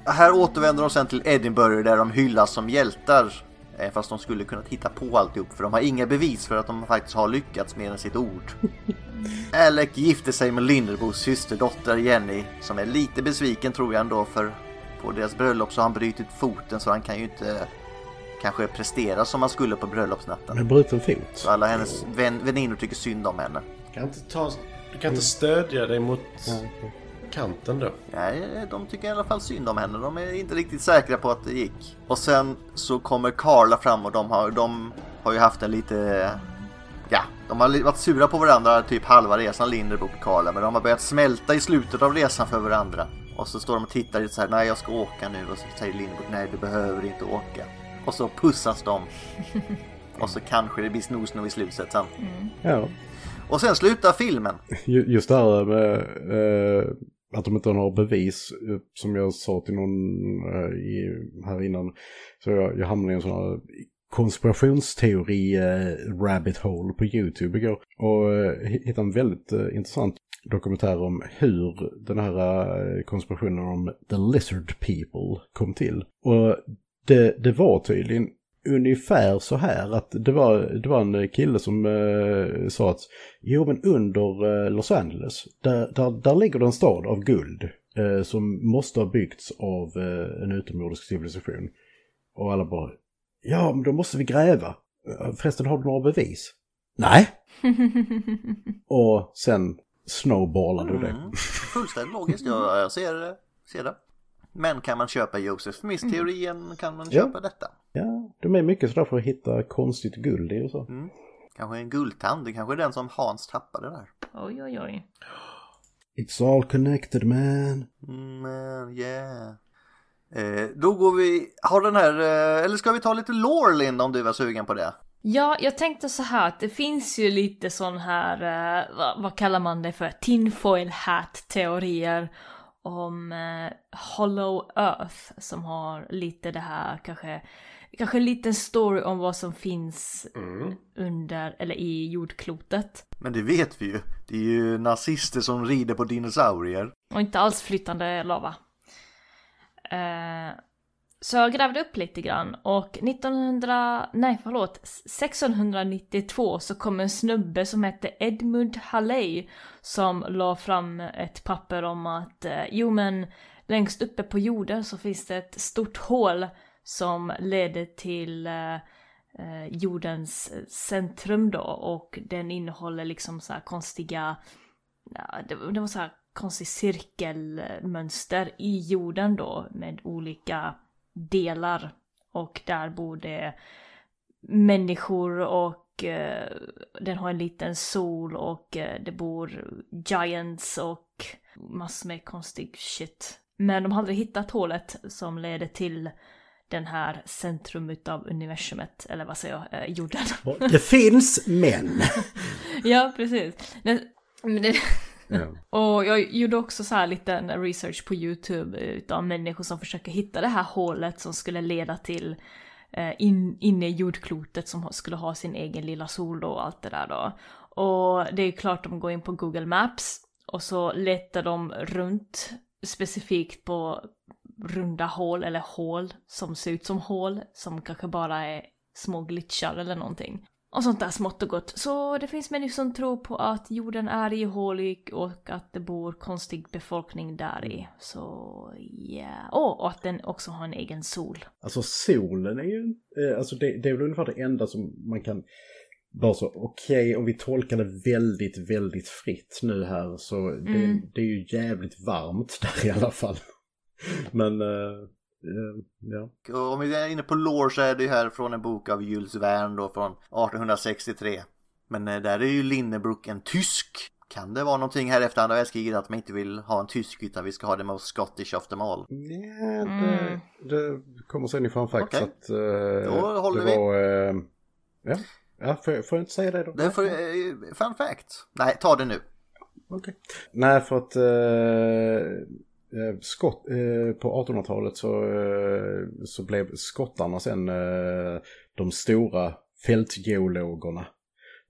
Här återvänder de sen till Edinburgh där de hyllas som hjältar. Eh, Fast de skulle kunnat hitta på alltihop för de har inga bevis för att de faktiskt har lyckats mer än sitt ord. Alec gifte sig med Linderbos systerdotter Jenny som är lite besviken tror jag ändå för på deras bröllop så har han brutit foten så han kan ju inte eh, kanske prestera som han skulle på bröllopsnatten. Med bruten fot. Så alla hennes vän, väninnor tycker synd om henne. Kan inte ta, du kan inte stödja dig mot kanten då. Nej, de tycker i alla fall synd om henne. De är inte riktigt säkra på att det gick. Och sen så kommer Carla fram och de har, de har ju haft en lite... Ja, de har li- varit sura på varandra typ halva resan, Linderbook och Carla. Men de har börjat smälta i slutet av resan för varandra. Och så står de och tittar lite så här, nej jag ska åka nu. Och så säger Linderbook, nej du behöver inte åka. Och så pussas de. Och så kanske det blir snosno i slutet sen. Ja. Och sen slutar filmen. Ju- Just det här med eh, att de inte har några bevis, eh, som jag sa till någon eh, i, här innan, så jag, jag hamnade i en sån här konspirationsteori-rabbit hole på YouTube igår och eh, hi- hittade en väldigt eh, intressant dokumentär om hur den här eh, konspirationen om The Lizard People kom till. Och det, det var tydligen ungefär så här att det var, det var en kille som eh, sa att Jo, men under eh, Los Angeles, där, där, där ligger det en stad av guld eh, som måste ha byggts av eh, en utomjordisk civilisation. Och alla bara, ja, men då måste vi gräva. Eh, Förresten, har du några bevis? Nej. Och sen snowballade det. Mm. Fullständigt logiskt, jag, jag ser, det- ser det. Men kan man köpa Joseph Smith-teorien kan man Mm. Ja. köpa detta. Ja, de är mycket sådär för att hitta konstigt guld i USA. Kanske en guldtand, det kanske är den som Hans tappade där. Oj, oj, oj. It's all connected man. Men Mm, yeah. Eh, då går vi, har den här, eh, eller ska vi ta lite lore Linda om du var sugen på det? Ja, jag tänkte så här att det finns ju lite sån här, eh, vad, vad kallar man det för, tinfoil hat-teorier om eh, Hollow Earth som har lite det här kanske, kanske en liten story om vad som finns Mm. under, eller i jordklotet. Men det vet vi ju. Det är ju nazister som rider på dinosaurier. Och inte alls flytande lava. Eh, så jag grävde upp lite grann och 1900, nej förlåt, 1692 så kom en snubbe som hette Edmund Halley som la fram ett papper om att eh, jo men längst uppe på jorden så finns det ett stort hål som leder till eh, eh, jordens centrum då och den innehåller liksom så här konstiga ja, det, var- det var så här konstigt cirkelmönster i jorden då med olika delar. Och där bor det människor och eh, den har en liten sol och eh, det bor giants och massor med konstig shit. Men de har aldrig hittat hålet som leder till den här centrum utav universumet, eller vad säger jag, eh, jorden. Det finns män. ja, precis. Men, men det, Ja. Och jag gjorde också så här liten research på YouTube eh, utav människor som försöker hitta det här hålet som skulle leda till eh, in, inne i jordklotet som ha- skulle ha sin egen lilla sol då och allt det där då. Och det är ju klart de går in på Google Maps och så letar de runt specifikt på runda hål eller hål som ser ut som hål som kanske bara är små glitchar eller någonting och sånt där smått och gott. Så det finns människor som tror på att jorden är ihålig och att det bor konstig befolkning där i. Så ja. Åh, och att den också har en egen sol. Alltså solen är ju, eh, alltså det, det är väl ungefär det enda som man kan bara så, okej om vi tolkar det väldigt, väldigt fritt nu här så det, Mm. det är ju jävligt varmt där i alla fall. Men, eh, eh, ja. Och om vi är inne på lore så är det ju här från en bok av Jules Verne då från 1863. Men eh, där är ju Linnebrook en tysk. Kan det vara någonting här efter andra världskriget att man inte vill ha en tysk utan vi ska ha the most Scottish of them all? Ja, det, Mm. det kommer sen ifrån faktiskt Okej. att eh, Då håller det vi. var, eh, ja, ja får, jag- får jag inte säga det då? Det är för, eh, fun fact. Nej, ta det nu. Okej. Nej, för att eh, eh, skott, eh, på 1800-talet så, eh, så blev skottarna sen eh, de stora fältgeologerna.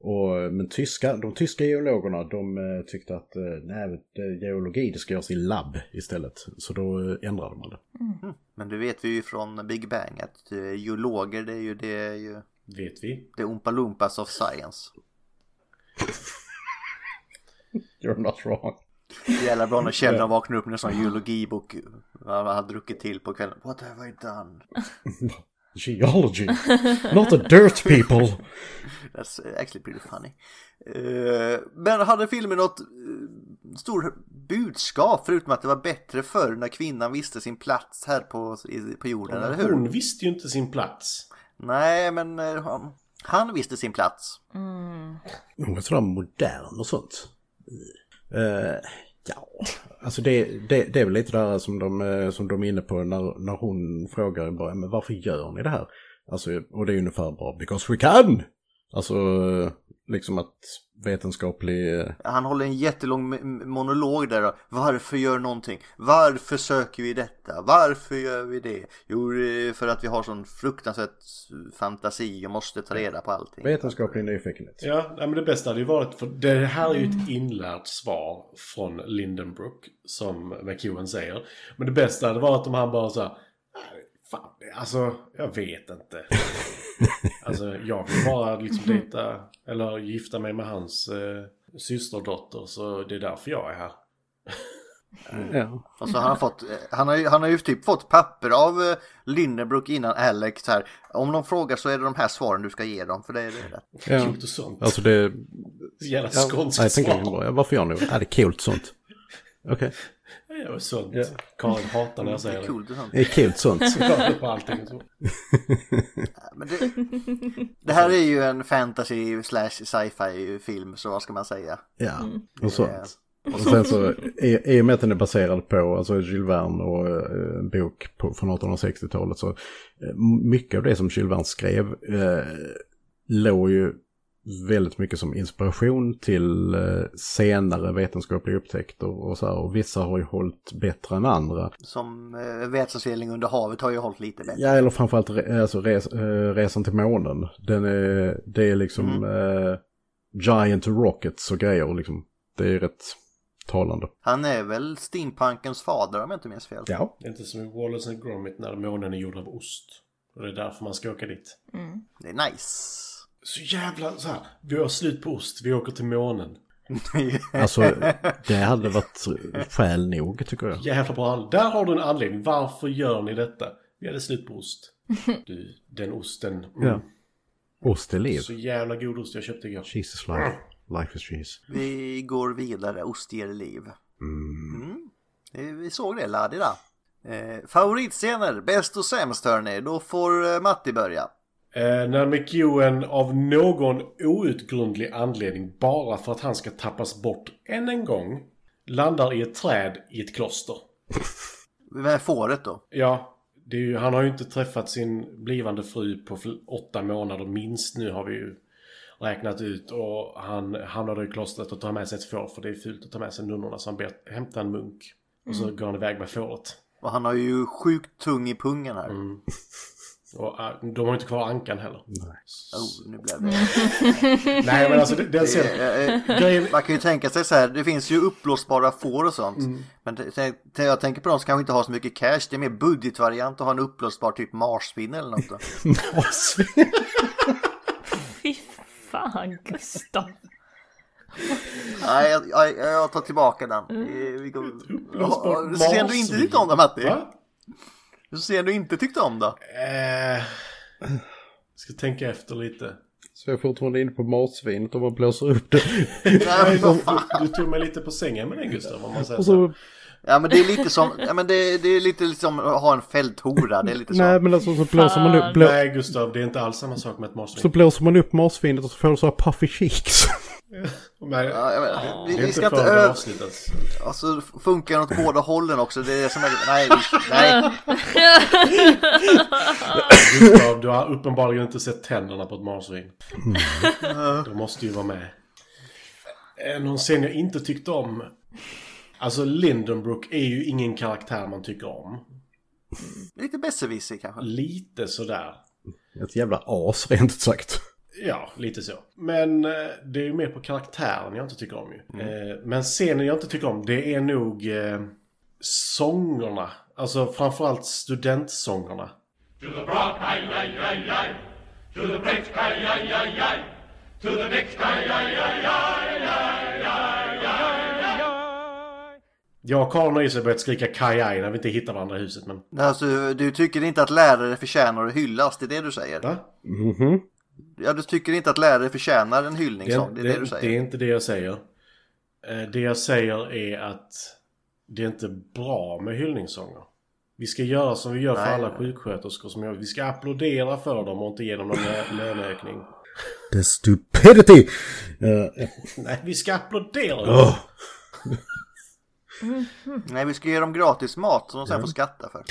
Och, eh, men tyska, de tyska geologerna de eh, tyckte att eh, nej, det- geologi det ska göras i labb istället. Så då eh, ändrade man det. Men det vet vi ju från Big Bang att eh, geologer det är ju det är ju Vet vi. det är Oompa Loompas of science. You're not wrong. Jävla bra när Sheldon vaknar upp med en sån geologibok han har druckit till på kvällen. What have I done? Geology, not the dirt people! That's actually pretty funny. Eh, men hade filmen något uh, stort budskap förutom att det var bättre förr när kvinnan visste sin plats här på, i, på jorden, eller hur? Hon visste ju inte sin plats. Nej, men eh, han, han visste sin plats. Något sådär modern och sånt. Eh, ja, alltså det, det, det är väl lite det här som de, eh, som de är inne på när, när hon frågar i början, men varför gör ni det här? Alltså, och det är ungefär bara because we can! Alltså, eh, liksom att vetenskaplig... eh, Han håller en jättelång m- m- monolog där då. Varför gör någonting? Varför söker vi detta? Varför gör vi det? Jo, det är för att vi har sån fruktansvärt eh, fantasi och måste ta reda på allting. Vetenskaplig nyfikenhet. Ja, nej, men det bästa hade ju varit, för det här är ju Mm. ett inlärt svar från Lindenbrook, som McEwan säger. Men det bästa hade varit om han bara så här, "Nej, fan, alltså, jag vet inte. alltså, jag vill bara liksom Mm-hmm. dejta, eller gifta mig med hans eh, systerdotter, så det är därför jag är här. Ja. Och så har han fått, eh, han har, ju- han har ju typ fått papper av eh, Lindenbrook innan Alex här. Om de frågar så är det de här svaren du ska ge dem, för det är det rätt. ja. Coolt och sånt. Alltså det... Jävla Ja. skånska Nej, jag tänker svar. bara, ja, varför gör ni det? Ja, det är coolt sånt. Okej, Ja, och sånt. Karin hatar när jag Det säger är det. kul det är sant. det är coolt sånt. Klagar på allting och så. Men det, det här är ju en fantasy slash sci-fi film, så vad ska man säga? Ja, och sånt. Eh, Och sen så, i, i och med att den är baserad på alltså Jules Verne och eh, en bok på, från 1860-talet så eh, mycket av det som Jules Verne skrev eh, låg ju väldigt mycket som inspiration till eh, senare vetenskapliga upptäckter och så här. Och vissa har ju hållit bättre än andra. Som eh, vätskesvelning under havet har ju hållit lite bättre. Ja, eller framförallt re- alltså res, eh, resan till månen. Den är, det är liksom eh, Giant Rockets och grejer liksom. Det är rätt talande. Han är väl steampunkens fader om jag inte minns fel. Ja. Det är inte som i Wallace and Gromit när månen är gjord av ost. Och det är därför man ska åka dit. Det är nice. Så jävla så här. Vi har slut på ost, vi åker till månen. Alltså, det hade varit skäl nog tycker jag. Jävla bra anledning. Där har du en anledning. Varför gör ni detta? Vi hade slut på ost. Du, den osten. Mm. Ja. Ost är liv. Så jävla god ost jag köpte igår. Jesus life. Life is cheese. Vi går vidare, ost ger liv. Mm. Eh, Vi såg det, Ladida. Eh, favoritscener, bäst och sämst hörni. Då får eh, Matti börja. Eh, när McEwen av någon outgrundlig anledning, bara för att han ska tappas bort än en gång, landar i ett träd i ett kloster. Med fåret då. Ja, det är ju, han har ju inte träffat sin blivande fru på fl- åtta månader minst nu har vi ju räknat ut. Och han hamnade i klostret och tar med sig ett får för det är fult att ta med sig nunnorna så han ber hämta en munk. Och Mm. så går han iväg med fåret. Och han har ju sjukt tung i pungen här. Mm. Och eh, de har ju inte kvar ankan heller. Oh, nu blev det... Nej men alltså det- den scenen. Eh, eh, Grejen, Man kan ju tänka sig så här, det finns ju uppblåsbara får och sånt. Mm. Men t- t- t- jag tänker på de som kanske inte har så mycket cash. Det är mer budgetvariant att ha en uppblåsbar typ marsvinne eller något. då. Fy fan Gustav. Nej, jag, jag, jag tar tillbaka den. Eh, Vi går... uppblåsbart Ja, Så ser du inte marsvin. tyckte om det Matti? Va? Så ser du inte tyckte om det? Eh, ska tänka efter lite. Så jag är fortfarande inne på matsvinet om man blåser upp det. Nej, Du, vad du, fan. du tog mig lite på sängen med den Gustav om man säger Och så. så, Ja men det är lite som, ja, men det, det är lite som att ha en fälthora. Det är lite nej så. men alltså så blåser man upp, blå, Nej Gustav, det är inte alls samma sak med ett så marsvin. blåser man upp matsvinet och så får du så här puffy cheeks. Nej, Ja, jag menar, vi, det är vi inte ska inte för ö- avsnittet. Alltså funkar den åt båda hållen också? Det är det som är Nej, vi- nej. Gustav, du har uppenbarligen inte sett tänderna på ett marsvin. De måste ju vara med. Eh, Någon scen jag inte tyckte om. Alltså Lindenbrook är ju ingen karaktär man tycker om. Lite besserwisser kanske. Lite sådär. Ett jävla as rent ut sagt. Ja, lite så. Men eh, det är ju mer på karaktären jag inte tycker om ju. Eh, men scenen jag inte tycker om, det är nog eh, sångerna. Alltså framförallt studentsångerna. To the broad sky, yi, yi, yi. To the bright sky, yi, yi, yi. To the big sky, yi, yi, yi, yi, yi, yi, yi. Jag och Karin och Isa har börjat skrika kajaj när vi inte hittar varandra i huset, men... Nej, Alltså, du tycker inte att lärare förtjänar att hyllas, det är det du säger? Va? Ja, du tycker inte att lärare förtjänar en hyllning, Det, så. Liksom. det är det, du det är säger. inte det jag säger. Eh, Det jag säger är att det är inte bra med hyllningssånger. Vi ska göra som vi gör för Nej. alla sjuksköterskor som gör. Vi ska applådera för dem och inte ge dem någon lö- löneökning. The stupidity! Eh, Nej, vi ska applådera! Nej, vi ska ge dem gratis mat som de sen får skatta för.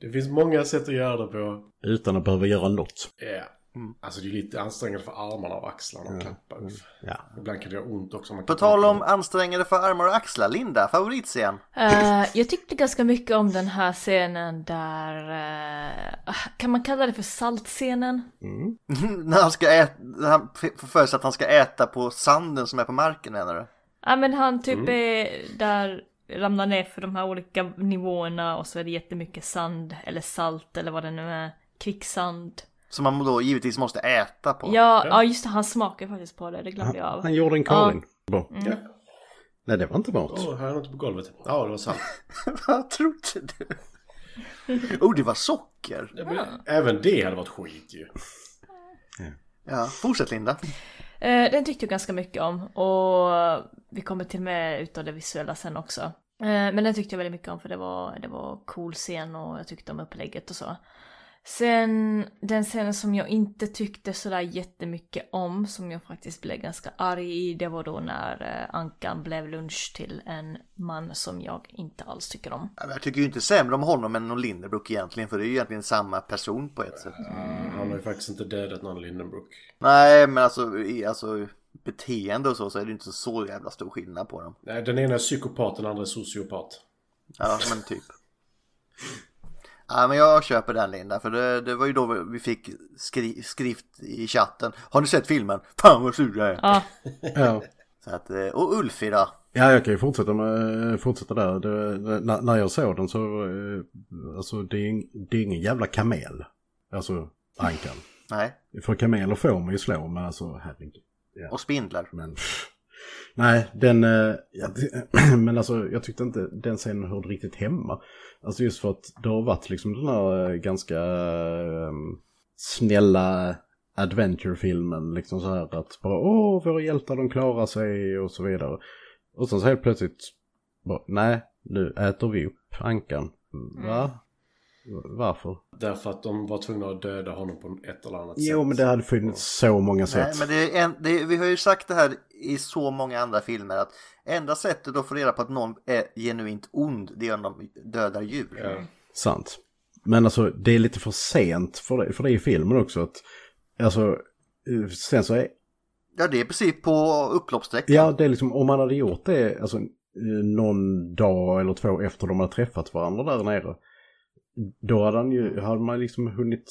Det finns många sätt att göra det på. Utan att behöva göra något. Ja. Mm. Alltså det är lite ansträngande för armarna och axlarna att klappa. Uff. Ja. Ibland kan det göra ont också. om Man På tal om ansträngande för armar och axlar, Linda, favoritscen? Eh, jag tyckte ganska mycket om den här scenen där... eh, kan man kalla det för saltscenen? När han ska äta, när han f- får för sig att han ska äta på sanden som är på marken menar du? Ja men han typ är där, ramlar ner för de här olika nivåerna och så är det jättemycket sand eller salt eller vad det nu är. Kvicksand. Som man då givetvis måste äta på. Ja, ja just det, han smakar faktiskt på det, det glömde jag av. Han gjorde en Karin. Bra. Ja. Nej, det var inte mat. Mm. Åh, här är något på golvet. Ja, det var sant. Vad trodde du? Oh, det var socker! Även det hade varit skit ju. Ja, fortsätt Linda. Eh, den tyckte jag ganska mycket om och vi kommer till och med utav det visuella sen också. Eh, men den tyckte jag väldigt mycket om för det var, det var cool scen och jag tyckte om upplägget och så. Sen den scenen som jag inte tyckte sådär jättemycket om, som jag faktiskt blev ganska arg i, det var då när eh, Ankan blev lunch till en man som jag inte alls tycker om. Ja, men Jag tycker ju inte sämre om honom än om Linderbrook egentligen, för det är ju egentligen samma person på ett sätt. Han har ju faktiskt inte dödat någon Lindenbrook. Nej, men alltså, i, alltså beteende och så, så är det inte så jävla stor skillnad på dem. Nej, den ena är psykopat, den andra är sociopat. Ja, men typ. Ja, men jag köper den Linda, för det, det var ju då vi fick skri skrift i chatten. Har ni sett filmen? Fan vad sur jag är! Ja, Ja. Så att, eh, och Ulfi då? Ja, jag kan ju fortsätta, med, fortsätta där. Det, det- när, när jag såg den så, eh, alltså det är, ing- det är ingen jävla kamel. Alltså, ankan. Nej, För kameler får man ju slå, men alltså herregud. och spindlar. Men pff. nej, den, eh, ja, det- men alltså jag tyckte inte den scenen hörde riktigt hemma. Alltså just för att det har varit liksom den här eh, ganska eh, snälla adventure-filmen, liksom så här att bara åh, våra hjältar de klarar sig och så vidare. Och sen så helt plötsligt, bara, nej, nu äter vi upp ankan. Mm, Va? Varför? Därför att de var tvungna att döda honom på ett eller annat sätt. Jo, men det hade funnits så många sätt. Nej, men det är en, det, är- vi har ju sagt det här i så många andra filmer att enda sättet att få reda på att någon är genuint ond, det är om de dödar djur. Ja. Sant. Men alltså det är lite för sent för det, för det i filmen också. Att, alltså, eh, sen så är, Ja, det är precis på upploppssträckan. ja det är liksom om man hade gjort det alltså, eh, någon dag eller två efter de hade träffat varandra där nere. Då hade, han ju, hade man liksom hunnit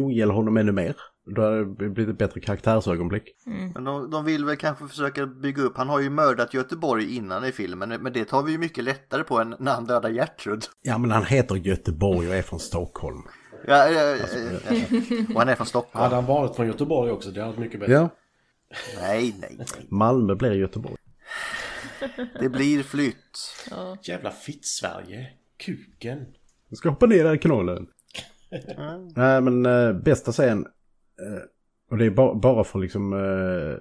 ogälla honom ännu mer. Då hade det blivit ett bättre karaktärsögonblick. Mm. Men de, de vill väl kanske försöka bygga upp, han har ju mördat Göteborg innan i filmen, men det tar vi ju mycket lättare på än när han dödar Gertrud. Ja men han heter Göteborg och är från Stockholm. Ja, ja, ja, ja. Och han är från Hade Stockholm. han varit från Göteborg också, det hade varit mycket bättre. Ja, Nej, nej, nej. Malmö blir Göteborg. Det blir flytt. Jävla fitt-Sverige. Kuken. Jag ska hoppa ner i knålen. Nej men eh, bästa scen, eh, och det är ba- bara för liksom eh,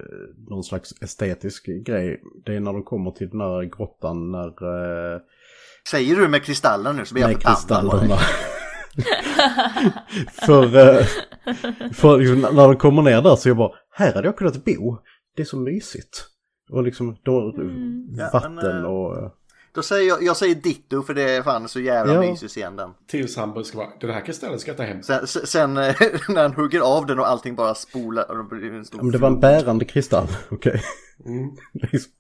någon slags estetisk grej, det är när de kommer till den här grottan när... Eh, Säger du med kristallen nu så blir jag med förbannad. på dig. kristallerna. för eh, för liksom, när när de kommer ner där så jag bara, här hade jag kunnat bo, det är så mysigt. Och liksom då, Ja, vatten men, eh, och... eh, Då säger jag, jag säger ditto för det är fan så jävla Ja. mysig scen den. Tills han ska vara, det här kristallen ska jag ta hem. Sen, se- sen eh, när han hugger av den och allting bara spolar. och det blir en stor Om det var en flod. bärande kristall, okej. Mm. Liksom.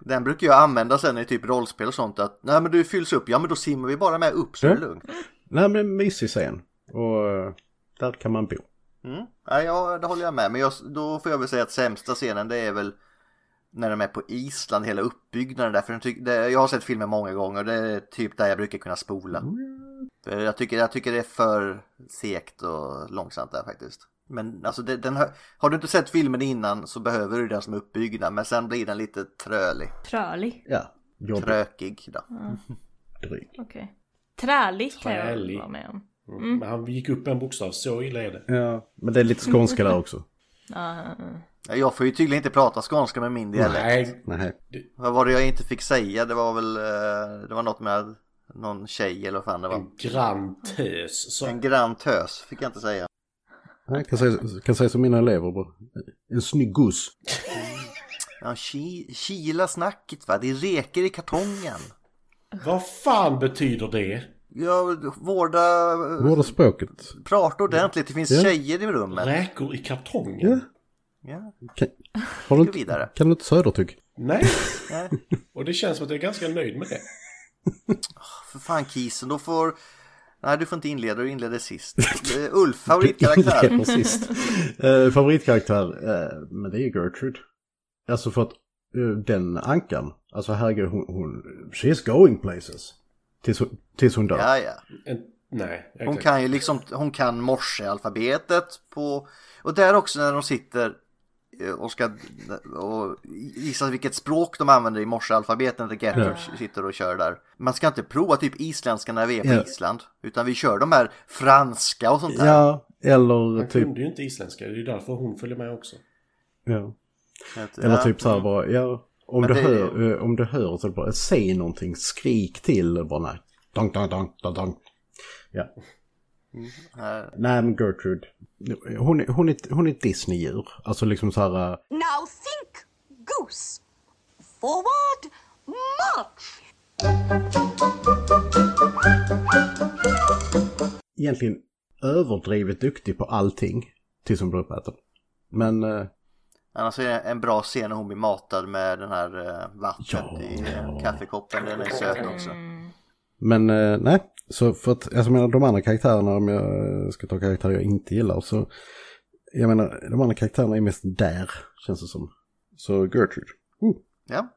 Den brukar jag använda sen i typ rollspel och sånt att nej men du fylls upp, ja men då simmar vi bara med upp så är det Mm. lugnt. Nej men mysig scen. Och eh, där kan man bo. Mm. Ja, ja, det håller jag med. Men jag, då får jag väl säga att sämsta scenen det är väl när de är på Island, hela uppbyggnaden där. För jag, tyck, det, jag har sett filmen många gånger och det är typ där jag brukar kunna spola. För jag, tycker, jag tycker det är för segt och långsamt där faktiskt. Men alltså, det, den, hö- har du inte sett filmen innan så behöver du den som uppbyggnad. Men sen blir den lite trölig, trälig. Ja. Jobbig, trökig. Då. dryg. Okej. Trälig kan Trälig. jag vara med om. Men han gick upp en bokstav, så illa är det. Ja. Men det är lite skånska där också. Ja, ja, ja. Jag får ju tydligen inte prata skånska med min dialekt. Nej, Nej. Vad var det jag inte fick säga? Det var väl eh, det var något med någon tjej eller vad fan det var. en grann tös. Så En grann tös fick jag inte säga. Jag kan säga, kan säga som mina elever bara. En snygg guss. Ja, ki, kila snacket va, det reker i kartongen. vad fan betyder det? Ja, vårda, Vårda språket. prata ordentligt, det finns Ja. tjejer i rummet. Räkor i kartongen? Ja. Ja, Kan, har du Gå vidare. inte, kan du inte Södertygg? Nej. nej. Och det känns som att jag är ganska nöjd med det. För fan kisen, då får... Nej, du får inte inleda, du inleder sist. Eh, Ulf, favoritkaraktär. Sist. Eh, favoritkaraktär, eh, men det är ju Gertrude. Alltså för att eh, den ankan, alltså herregud hon, hon, she's going places. Tills, hon- tills hon dör. Ja, ja. En, nej, Hon exakt. kan ju liksom, hon kan morsealfabetet på... Och där också när de sitter eh, och ska och gissa vilket språk de använder i morsealfabeten när Gerhard sitter och kör där. Man ska inte prova typ isländska när vi är på Ja. Island, utan vi kör de här franska och sånt där. Ja, eller Han typ... kunde ju inte isländska, det är ju därför hon följer med också. Ja. Att, Eller ja. mm. typ så här bara, ja, om, Men du det- hör, eh, om du hör så bara, säg någonting, skrik till, bara nej. Dunk, dunk, dunk, dunk, dunk. Ja. Mm, Här. Nej, men Gertrude. Hon, är- hon, är, ett- hon är ett Disney-djur. Alltså liksom så här... eh, Now think goose. Forward march. Egentligen överdrivet duktig på allting. Tills hon blir uppäten. Men... eh, Annars är det en bra scen när hon blir matad med den här eh, vattnet Ja. i eh, kaffekoppen. Den är söt också. Men eh, nej, så för att, alltså, jag menar de andra karaktärerna, om jag eh, ska ta karaktärer jag inte gillar, så jag menar de andra karaktärerna är mest där, känns det som. Så Gertrude. Oh, Ja.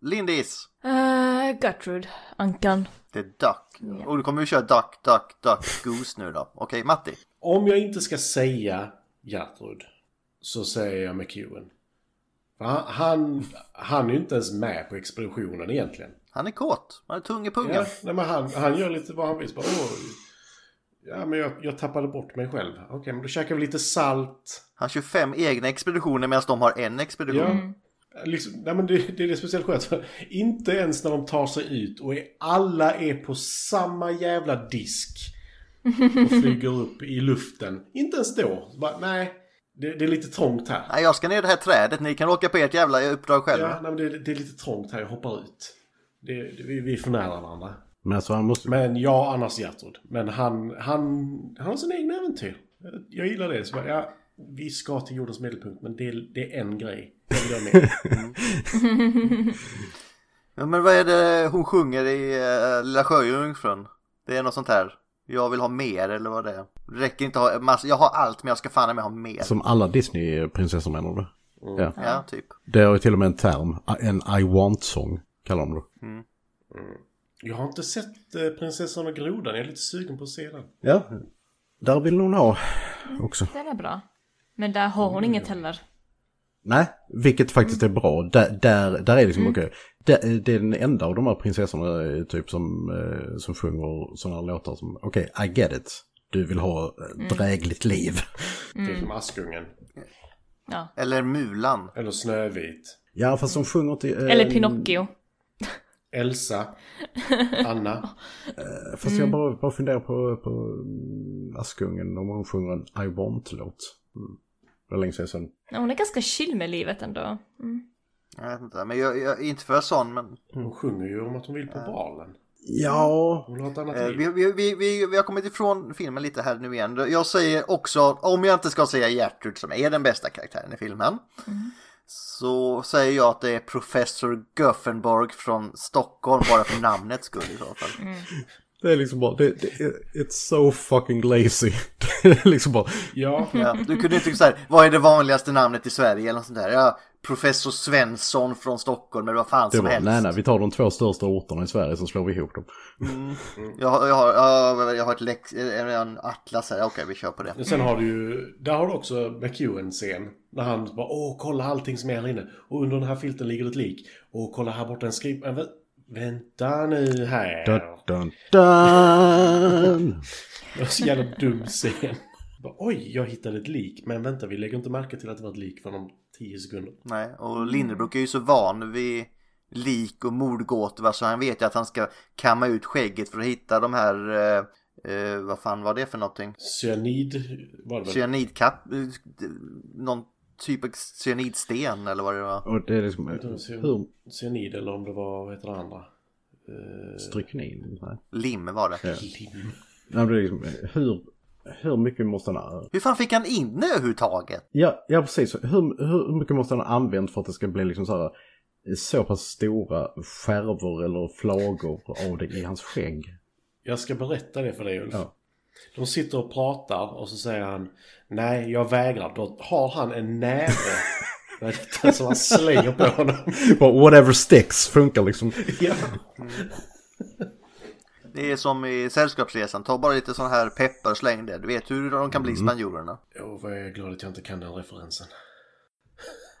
Lindis. Uh, Gertrude, Ankan. Det är Duck. Och du kommer ju köra Duck, Duck, Duck, Goose nu då. Okej, Matti. Om jag inte ska säga Gertrud så säger jag McEwen. För Han, han, han är ju inte ens med på expeditionen egentligen. Han är kåt. Han är tung i pungen. Ja, nej, men han, han gör lite vad han vill. Så Bara, "Åh, ja, men jag, jag tappade bort mig själv. Okej, men då käkar vi lite salt. Han kör fem egna expeditioner medan de har en expedition. Ja. Liksom, nej, men det, det är det speciellt skönt. För inte ens när de tar sig ut och är, alla är på samma jävla disk och flyger upp i luften. Inte ens då. Bara, nej, det, det är lite trångt här. Nej, jag ska ner i det här trädet. Ni kan åka på ert jävla uppdrag själva. Ja, nej, men det, det är lite trångt här. Jag hoppar ut. Det, det, vi, vi är för nära varandra. men alltså han måste... Men ja, annars Gertrud. Men han, han, han har sina egna äventyr. Jag gillar det. Så bara, ja, vi ska till jordens medelpunkt, men det, är- det är en grej. Jag vill göra mer. Ja, men vad är det hon sjunger i eh, Lilla Sjöjungfrun? Det är något sånt här. Jag vill ha mer eller vad det är. Det räcker inte att ha massa. Jag har allt men jag ska fan med ha mer. Som alla Disney-prinsessor menar du? Ja. Ja, typ. Det har ju till och med en term, en I want-song, kallar de det. Jag har inte sett eh, Prinsessan och grodan. Jag är lite sugen på att se den. Ja, där vill hon ha också. Den är bra. Men där har hon inget heller. Nej, vilket faktiskt är bra. Där, där, där är liksom, okej, det, det är den enda av de här prinsessorna eh, typ som, eh, som sjunger sådana låtar som, okej, I get it. Du vill ha eh, drägligt liv. Typ som Askungen. Ja. Eller Mulan. Eller Snövit. Ja, fast de sjunger till... eh, Eller Pinocchio. Elsa. Anna. Fast jag bara, bara funderar på, på mm, Askungen, om hon sjunger en I want-låt. Mm. Det var länge sedan jag såg den. Ja, Hon är ganska chill med livet ändå. Mm. Jag vet inte. Men jag, jag, inte för jag är sån men. Hon sjunger ju om att hon vill på balen. Ja, Hon vill ha ett annat Eh, liv. vi, vi, vi, vi, vi har kommit ifrån filmen lite här nu igen. Jag säger också, om jag inte ska säga Gertrud som är den bästa karaktären i filmen. Så säger jag att det är professor Göffenborg från Stockholm bara för namnets skull i så fall. det är liksom bara, det, det, it's so fucking lazy. det är liksom bara, Ja, Ja, du kunde inte så här, vad är det vanligaste namnet i Sverige eller något sånt där? Ja, Professor Svensson från Stockholm eller vad fan det som var, helst. nej nej, vi tar de två största orterna i Sverige så slår vi ihop dem. Jag, har- jag, har, ja, jag har ett lex, en atlas här, okej vi kör på det. Och sen har du ju, där har du också McEwen-scen. När han bara åh kolla allting som är här inne. Och under den här filten ligger ett lik. Och kolla här borta en skriv... Äh, vä- vänta nu här. Dun, dun, dun. Det var så jävla dum scen. Bara, Oj, jag hittade ett lik. Men vänta, vi lägger inte märke till att det var ett lik för om 10 sekunder. Nej, och Lindebrok är ju så van vid lik och mordgåtor va, så han vet ju att han ska kamma ut skägget för att hitta de här, eh, eh, vad fan var det för någonting? Cyanid var det väl? Cyanidkapp, eh, någon typ av cyanidsten eller vad det var. Och det är liksom, eh, hur Cyanid eller om det var, vad heter det andra? eh, stryknin? Nej. Lim var det. Lim. Nej, men det är liksom, eh, hur, hur mycket måste han Hur fan fick han in det överhuvudtaget? Ja, ja precis. Hur, hur mycket måste han ha använt för att det ska bli liksom så här så pass stora skärvor eller flagor av det i hans skägg? Jag ska berätta det för dig Ulf. Ja. De sitter och pratar och så säger han Nej, jag vägrar. Då har han en näve med detta som han slänger på honom. Bara whatever sticks funkar liksom. ja. Det är som i Sällskapsresan, ta bara lite sån här peppar och släng det. Du vet hur de kan bli spanjorerna. Åh, vad jag är glad att jag inte kan den referensen.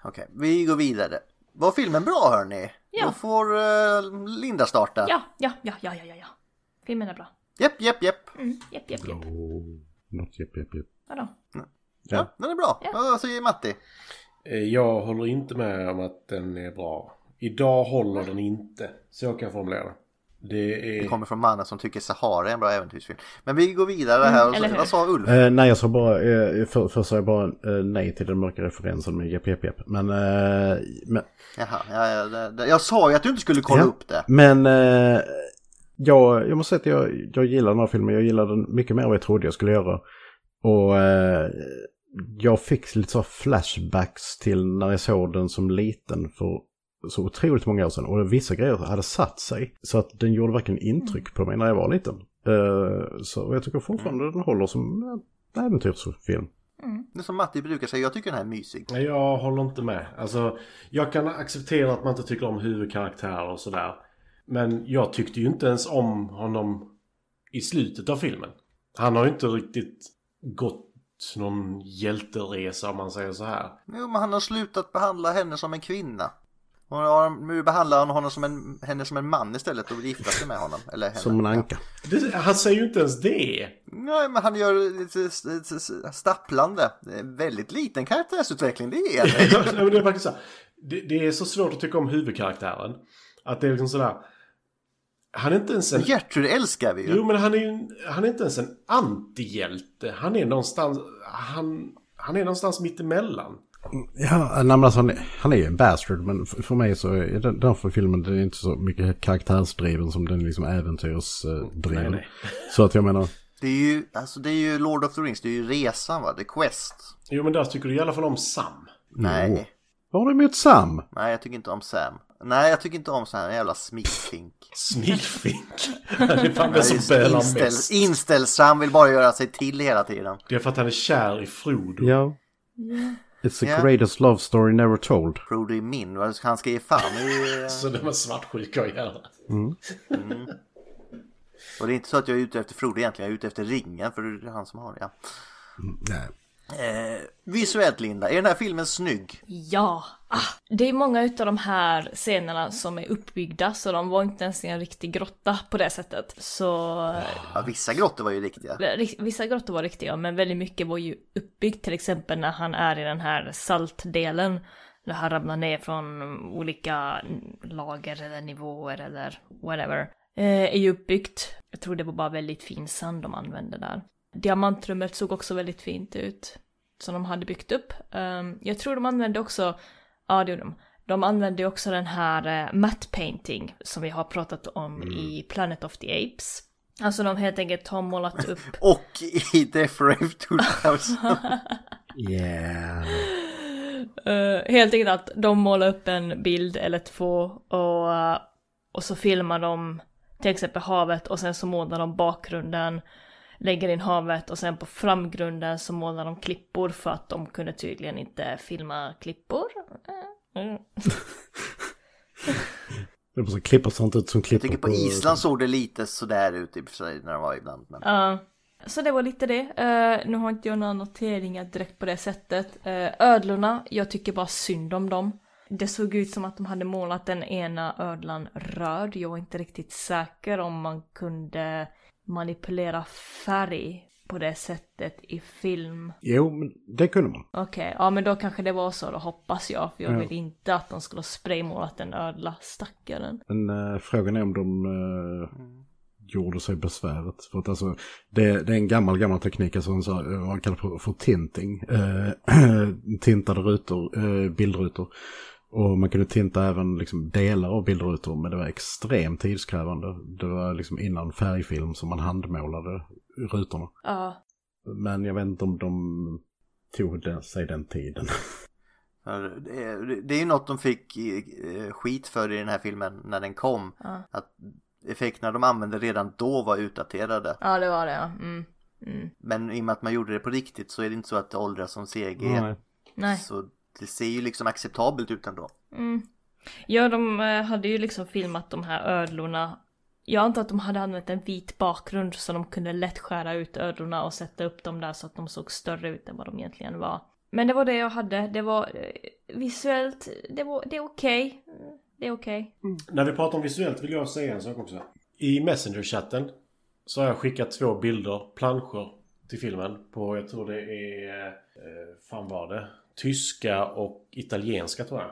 Okej, vi går vidare. Var filmen bra hörni? Ja. Då får eh, Linda starta. Ja, ja, ja, ja, ja, ja, ja. Filmen är bra. Japp, japp, japp. Mm. Japp, japp, japp. Något, japp, japp, japp. Vadå? Ja, den är bra. Ja. Vad säger Matti? Eh, Jag håller inte med om att den är bra. Idag håller den inte. Så jag kan formulera det. Det Det är... kommer från mannen som tycker Sahara är en bra äventyrsfilm. Men vi går vidare här. eller hur? Vad sa Ulf? Eh, nej, jag sa bara, eh, för, först sa jag bara eh, nej till den mörka referensen med Jepp Jepp Jepp. Men, eh, men, Jaha, ja, ja, det, det, jag sa ju att du inte skulle kolla Ja. upp det. men eh, jag, jag måste säga att jag, jag gillar den här filmen. Jag gillar den mycket mer än vad jag trodde jag skulle göra. Och eh, jag fick lite så här flashbacks till när jag såg den som liten för så otroligt många år sedan. Och vissa grejer hade satt sig. Så att den gjorde verkligen intryck på mig när jag var liten. Eh, så jag tycker fortfarande den håller som en äventyrsfilm. Det är som Matti brukar säga, jag tycker den här är mysig. Nej, Jag håller inte med. Alltså, jag kan acceptera att man inte tycker om huvudkaraktärer och sådär. Men jag tyckte ju inte ens om honom i slutet av filmen. Han har ju inte riktigt gått någon hjälteresa om man säger så här. Jo, men han har slutat behandla henne som en kvinna. Hon har, nu behandlar han honom som en, henne som en man istället och vill gifta sig med honom. Eller henne. Som en anka. Det, han säger ju inte ens det. Nej, men han gör lite s- s- s- stapplande. Det är en väldigt liten karaktärsutveckling, det är det. Ja, men det är faktiskt så här. Det, det är så svårt att tycka om huvudkaraktären. Att det är liksom sådär. Han är inte ens en... Gertrud älskar vi ju. Jo, men han är ju en- han är inte ens en antihjälte. Han är någonstans... Han, han är någonstans mittemellan. Ja, nej, men alltså, han är- han är ju en bastard, men f- för mig så är den, den för filmen den är inte så mycket karaktärsdriven som den är liksom Nej, äventyrsdriven. nej. Så att jag menar, Det är ju, alltså det är ju Lord of the Rings, det är ju resan va, The Quest. Jo, men där tycker du i alla fall om Sam. Nej, vad har du emot Sam? nej jag tycker inte om Sam. Nej, jag tycker inte om sån här jävla smittfink. Smilfink. Han är fan den som Det är bölar Inställ, mest. inställsam, vill bara göra sig till hela tiden. Det är för att han är kär i Frodo. Ja. It's the Ja. greatest love story never told. Frodo är min, vad ska han ska ge fan i... eh, Så de är svartsjuka att göra. Och det är inte så att jag är ute efter Frodo egentligen, jag är ute efter ringen för det är han som har det. Ja. Mm, Eh, visuellt Linda, är den här filmen snygg? Ja! Ah, det är många utav de här scenerna som är uppbyggda så de var inte ens i en riktig grotta på det sättet. Så Ja, vissa grottor var ju riktiga. Ri- Vissa grottor var riktiga, men väldigt mycket var ju uppbyggt. Till exempel när han är i den här saltdelen. När han ramlar ner från olika lager eller nivåer eller whatever. Eh, är ju uppbyggt. Jag tror det var bara väldigt fin sand de använde där. Diamantrummet såg också väldigt fint ut. Som de hade byggt upp. Ehm, jag tror de använde också, ja det gjorde de. De använde ju också den här eh, matte painting som vi har pratat om i Planet of the Apes. Alltså de helt enkelt har målat upp Och i Death Rave 2000. Yeah. Eh, helt enkelt att de målar upp en bild eller två och, eh, och så filmar de till exempel havet och sen så målar de bakgrunden, lägger in havet och sen på framgrunden så målar de klippor för att de kunde tydligen inte filma klippor. Eh, mm. Det är bara så klipper sånt ut som Jag klipper tycker på Island såg det lite sådär ut i och för sig när det var ibland. Men... Ja. Så det var lite det. Eh, nu har inte jag några noteringar direkt på det sättet. Eh, ödlorna, jag tycker bara synd om dem. Det såg ut som att de hade målat den ena ödlan röd. Jag var inte riktigt säker om man kunde manipulera färg på det sättet i film. Jo, men det kunde man. Okej, ja men då kanske det var så då hoppas jag. För jag Ja. vill inte att de skulle ha spraymålat en ödla, stackaren. Men eh, frågan är om de eh, gjorde sig besväret. För att alltså, det, det är en gammal, gammal teknik, alltså en så här, eh, vad man kallar för, för tinting. Eh, tintade rutor, eh, bildrutor. Och man kunde tinta även liksom, delar av bildrutor, men det var extremt tidskrävande. Det var liksom innan färgfilm som man handmålade rutorna. Ja, Men jag vet inte om de tog den, sig den tiden. För Det är- det är ju något de fick eh, skit för i den här filmen när den kom. Att effekterna de använde redan då var utdaterade. ja det var det ja. Mm. Mm. Men i och med att man gjorde det på riktigt så är det inte så att det åldras som CG. Nej. Så det ser ju liksom acceptabelt ut ändå. Mm. Ja, de eh, hade ju liksom filmat de här ödlorna. Jag antar att de hade använt en vit bakgrund så de kunde lätt skära ut ödlorna och sätta upp dem där så att de såg större ut än vad de egentligen var. Men det var det jag hade. Det var eh, visuellt, det, var, det är okej. Det är okej. När vi pratar om visuellt vill jag säga en sak också. I Messenger-chatten så har jag skickat två bilder, planscher, till filmen. På, jag tror det är... Eh, fan var det? Tyska och italienska tror jag.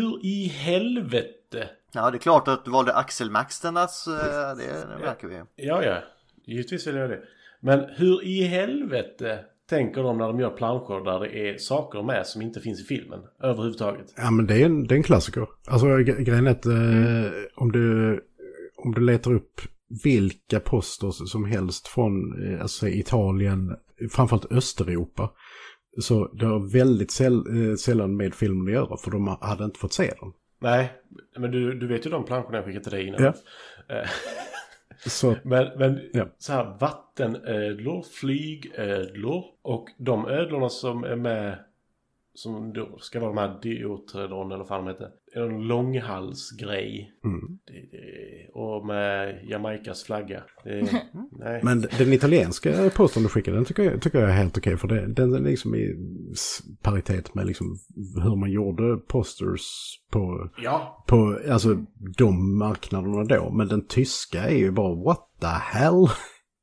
Hur i helvete inte. Ja, det är klart att du valde Axel Maxternas. eh, Det, det märker vi. Ja, ja. Givetvis vill jag det. Men hur i helvete tänker de när de gör planscher där det är saker med som inte finns i filmen överhuvudtaget? Ja, men det är en, det är en klassiker. Alltså gre- grejen är att eh, om, du, om du letar upp vilka posters som helst från eh, alltså, Italien, framförallt Östeuropa, så det har väldigt säll, eh, sällan med filmen att göra, för de hade inte fått se den. Nej, men du, du vet ju de planscherna jag skickade till dig innan. Eh, Ja. Så Men, men Ja. så här vattenödlor, flygödlor och de ödlorna som är med som då ska vara de här diotredon eller vad fan de heter. är En långhalsgrej. Mm. Det, det, och med Jamaikas flagga. Det, nej. Men den italienska posten du skickade, den tycker jag, tycker jag är helt okej. för det, den är liksom i s- paritet med liksom hur man gjorde posters på, Ja, på alltså, de marknaderna då. Men den tyska är ju bara what the hell?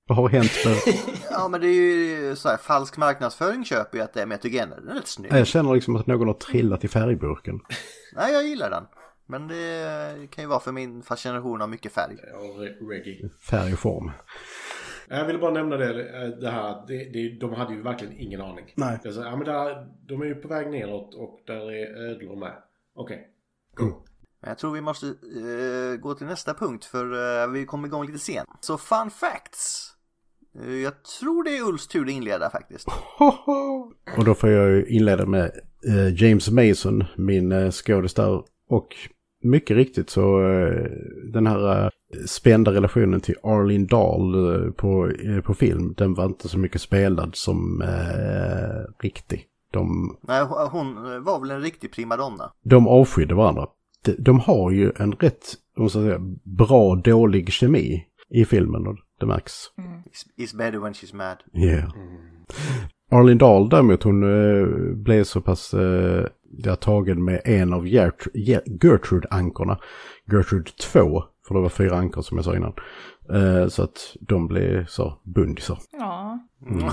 Vad har hänt med... Ja, men det är ju så här, falsk marknadsföring köper ju att det är metogener. Den är rätt snygg. Jag känner liksom att någon har trillat i färgburken. Nej, jag gillar den. Men det kan ju vara för min fascination av mycket färg. och re- reggae. Färg och form. Jag ville bara nämna det, eh, det här. att Det, det, de hade ju verkligen ingen aning. Nej. Det är så här, ja, men där, de är ju på väg neråt och där är ödlor med. Okej. Mm. Men jag tror vi måste eh, gå till nästa punkt för eh, vi kommer igång lite sent. Så fun facts! Eh, jag tror det är Ulfs tur att inleda faktiskt. Och då får jag ju inleda med eh, James Mason, min eh, skådis där. Och mycket riktigt så eh, den här eh, spända relationen till Arlene Dahl eh, på, eh, på film, den var inte så mycket spelad som eh, riktig. De, Nej, hon- hon eh, var väl en riktig primadonna. de avskydde varandra. De, de har ju en rätt, om man ska säga, bra dålig kemi i filmen och det märks. It's, it's better when she's mad. Yeah. Arlene Dahl däremot, hon eh, blev så pass eh, ja, tagen med en av Gert- Ge- Gertrude-ankorna. Gertrude 2, för det var fyra ankor som jag sa innan. Eh, så att de blev så bundisar. Ja.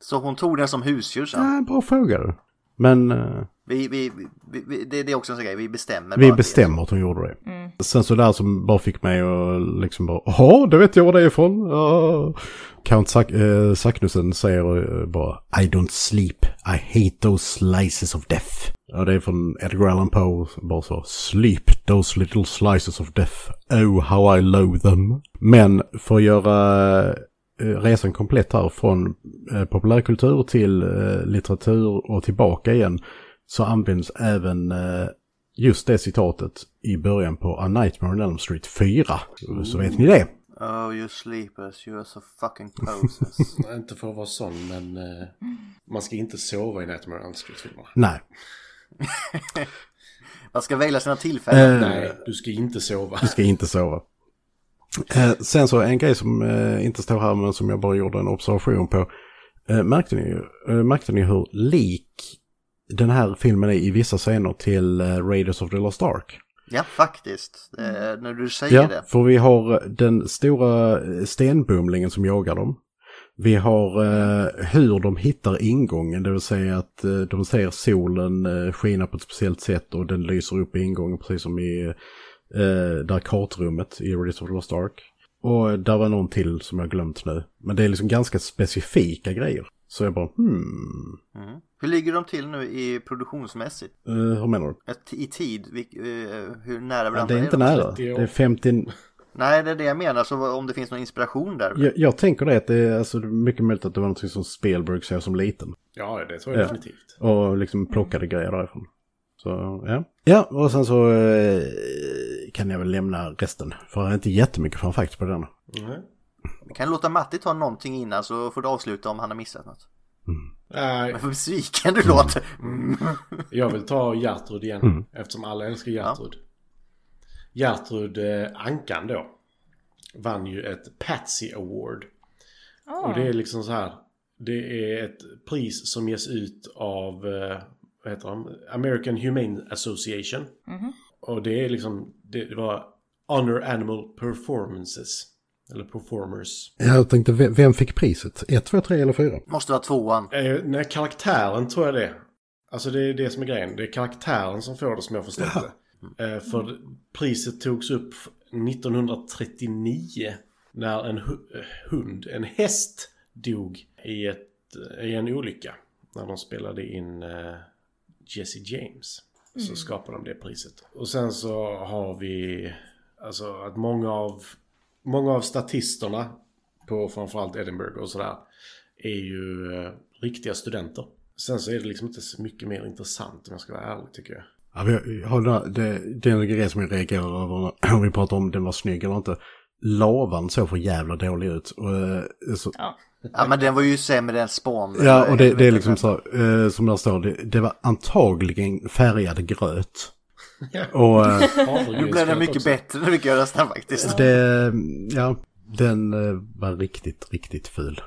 så hon tog den som husdjur sen. Ah, bra fråga du. Men eh, Vi, vi, vi, vi, det, det är också en sån grej, vi bestämmer. vi bara det. bestämmer att hon gjorde det. Sen så där som bara fick mig att liksom bara, ja, det vet jag var det är ifrån. Ah." Count Sack, eh, Sacknussen säger eh, bara, I don't sleep, I hate those slices of death. Ja, det är från Edgar Allan Poe, bara så, sleep those little slices of death, oh how I loathe them. Men för att göra eh, resan komplett här från eh, populärkultur till eh, litteratur och tillbaka igen så används även eh, just det citatet i början på A Nightmare on Elm Street 4. Så vet ni det. Oh you sleepers, you are so fucking poses. Inte för att vara sån, men eh, man ska inte sova i Nightmare on Elm Street-filmerna. Nej. Man ska välja sina tillfällen. Eh, Nej, du ska inte sova. Du ska inte sova. Eh, sen så en grej som eh, inte står här men som jag bara gjorde en observation på. Eh, märkte, ni, eh, märkte ni hur lik den här filmen är i vissa scener till eh, Raiders of the Lost Ark? Ja, faktiskt. Eh, när du säger Ja, det. för vi har eh, den stora eh, stenbumlingen som jagar dem. Vi har eh, hur de hittar ingången, det vill säga att eh, de ser solen eh, skina på ett speciellt sätt och den lyser upp i ingången precis som i eh, där kartrummet i Raiders of the Lost Ark. Och där var någon till som jag glömt nu. Men det är liksom ganska specifika grejer. Så jag bara hmm, Mm. Hur ligger de till nu i produktionsmässigt? eh, hur menar du? Ett- I tid? Vilk, eh, hur nära Ja, varandra det är inte de? nära, 30 det år. är 50, Nej, det är det jag menar. Så vad- om det finns någon inspiration där. jag, jag tänker det att det är alltså, mycket möjligt att det var något som Spielberg såg som liten. Ja, det tror jag Ja. definitivt. Och liksom plockade grejer därifrån. Så ja. Ja, och sen så eh, kan jag väl lämna resten. För jag är inte jättemycket fun facts på den. Nej. Vi kan låta Matti ta någonting innan så får du avsluta om han har missat något. Nej, Men vad besviken du låter. Mm. jag vill ta Gertrud igen. Mm. Eftersom alla älskar Gertrud. Gertrud eh, Ankan då. Vann ju ett Patsy Award. Och Ah. det är liksom så här. Det är ett pris som ges ut av eh, vad heter de? American Humane Association. Och det är liksom, det, det var Honor Animal Performances. Eller Performers. Jag tänkte, ve- vem fick priset? 1, 2, 3 eller 4? Måste vara tvåan. Eh, nej, karaktären tror jag det. Alltså det är det som är grejen. Det är karaktären som får det som jag förstått det. Eh, För priset togs upp 1939 när en hu- eh, hund, en häst, dog i, ett, eh, i en olycka. När de spelade in eh, Jesse James. Så skapade de det priset. Och sen så har vi alltså att många av, många av statisterna på framförallt Edinburgh och sådär är ju eh, riktiga studenter. Sen så är det liksom inte så mycket mer intressant om jag ska vara ärlig tycker jag. Ja, men jag- jag håller, det, det är en grej som jag reagerar över när- om vi pratar om den var snygg eller inte. Lavan såg för jävla dålig ut. Och, eh, så, Ja. Ja men den var ju sämre än Spawn. ja, och det, det är liksom så, eh, som där står, det, det var antagligen färgad gröt. Och eh, Nu blev den mycket bättre när vi fick göra den faktiskt. det, ja, den eh, var riktigt, riktigt ful.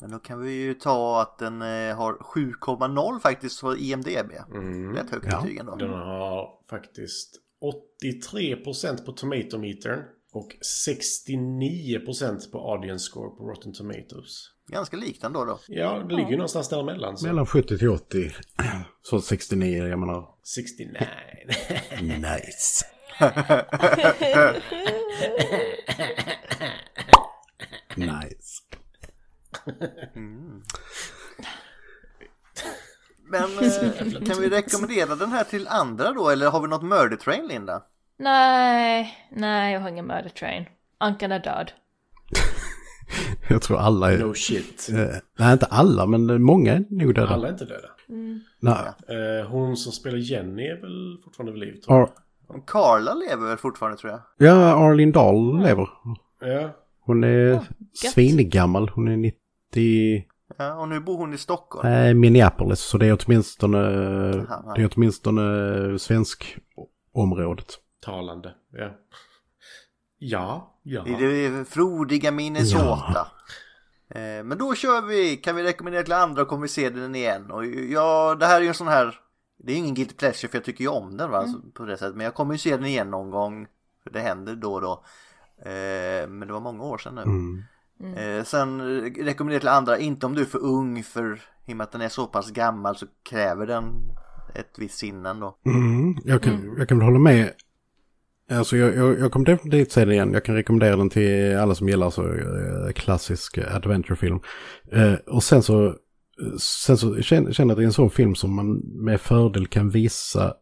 Men då kan vi ju ta att den eh, har 7,0 faktiskt på IMDB. Mm. Rätt högt Ja. betyg ändå. Den har faktiskt 83% på Tomato Metern och 69% på Audience Score på Rotten Tomatoes. Ganska likt ändå då. Ja, det ligger ju någonstans däremellan. Så. Mellan 70 till 80, så 69, jag menar. 69. Nice. nice. Men eh, kan vi rekommendera den här till andra då? Eller har vi något Murder Train Linda? Nej, nej jag har ingen murder train. Ankan är död. Jag tror alla är... no shit. eh, Nej, inte alla, men eh, många är nog döda. Alla är inte döda. Nej. Eh, hon som spelar Jenny är väl fortfarande vid liv? tror Ar... Carla lever väl fortfarande tror jag. Ja, Arlene Dahl lever. jag. Ja. Hon är svingammal. Hon är 90... Ja, och nu bor hon i Stockholm. Nej, Minneapolis. Så det är åtminstone... Det är åtminstone svensk området. Talande. Ja. Ja. Ja. I det frodiga Minnesota. Eh, Men då kör vi, kan vi rekommendera till andra och kommer vi se den igen. Och ja, det här är ju en sån här, det är ju ingen guilty pleasure för jag tycker ju om den va, så- på det sättet. Men jag kommer ju se den igen någon gång, för det händer då och då. Eh, Men det var många år sedan nu. Mm. Eh, Sen eh, rekommenderar jag till andra, inte om du är för ung för i och med att den är så pass gammal så kräver den ett visst sinne ändå. Mm, jag, kan, jag kan väl hålla med. Alltså jag, jag, jag kommer definitivt se den igen. Jag kan rekommendera den till alla som gillar så eh, klassisk eh, adventurefilm. Eh, och sen så, eh, sen så känner känner jag att det är en sån film som man med fördel kan visa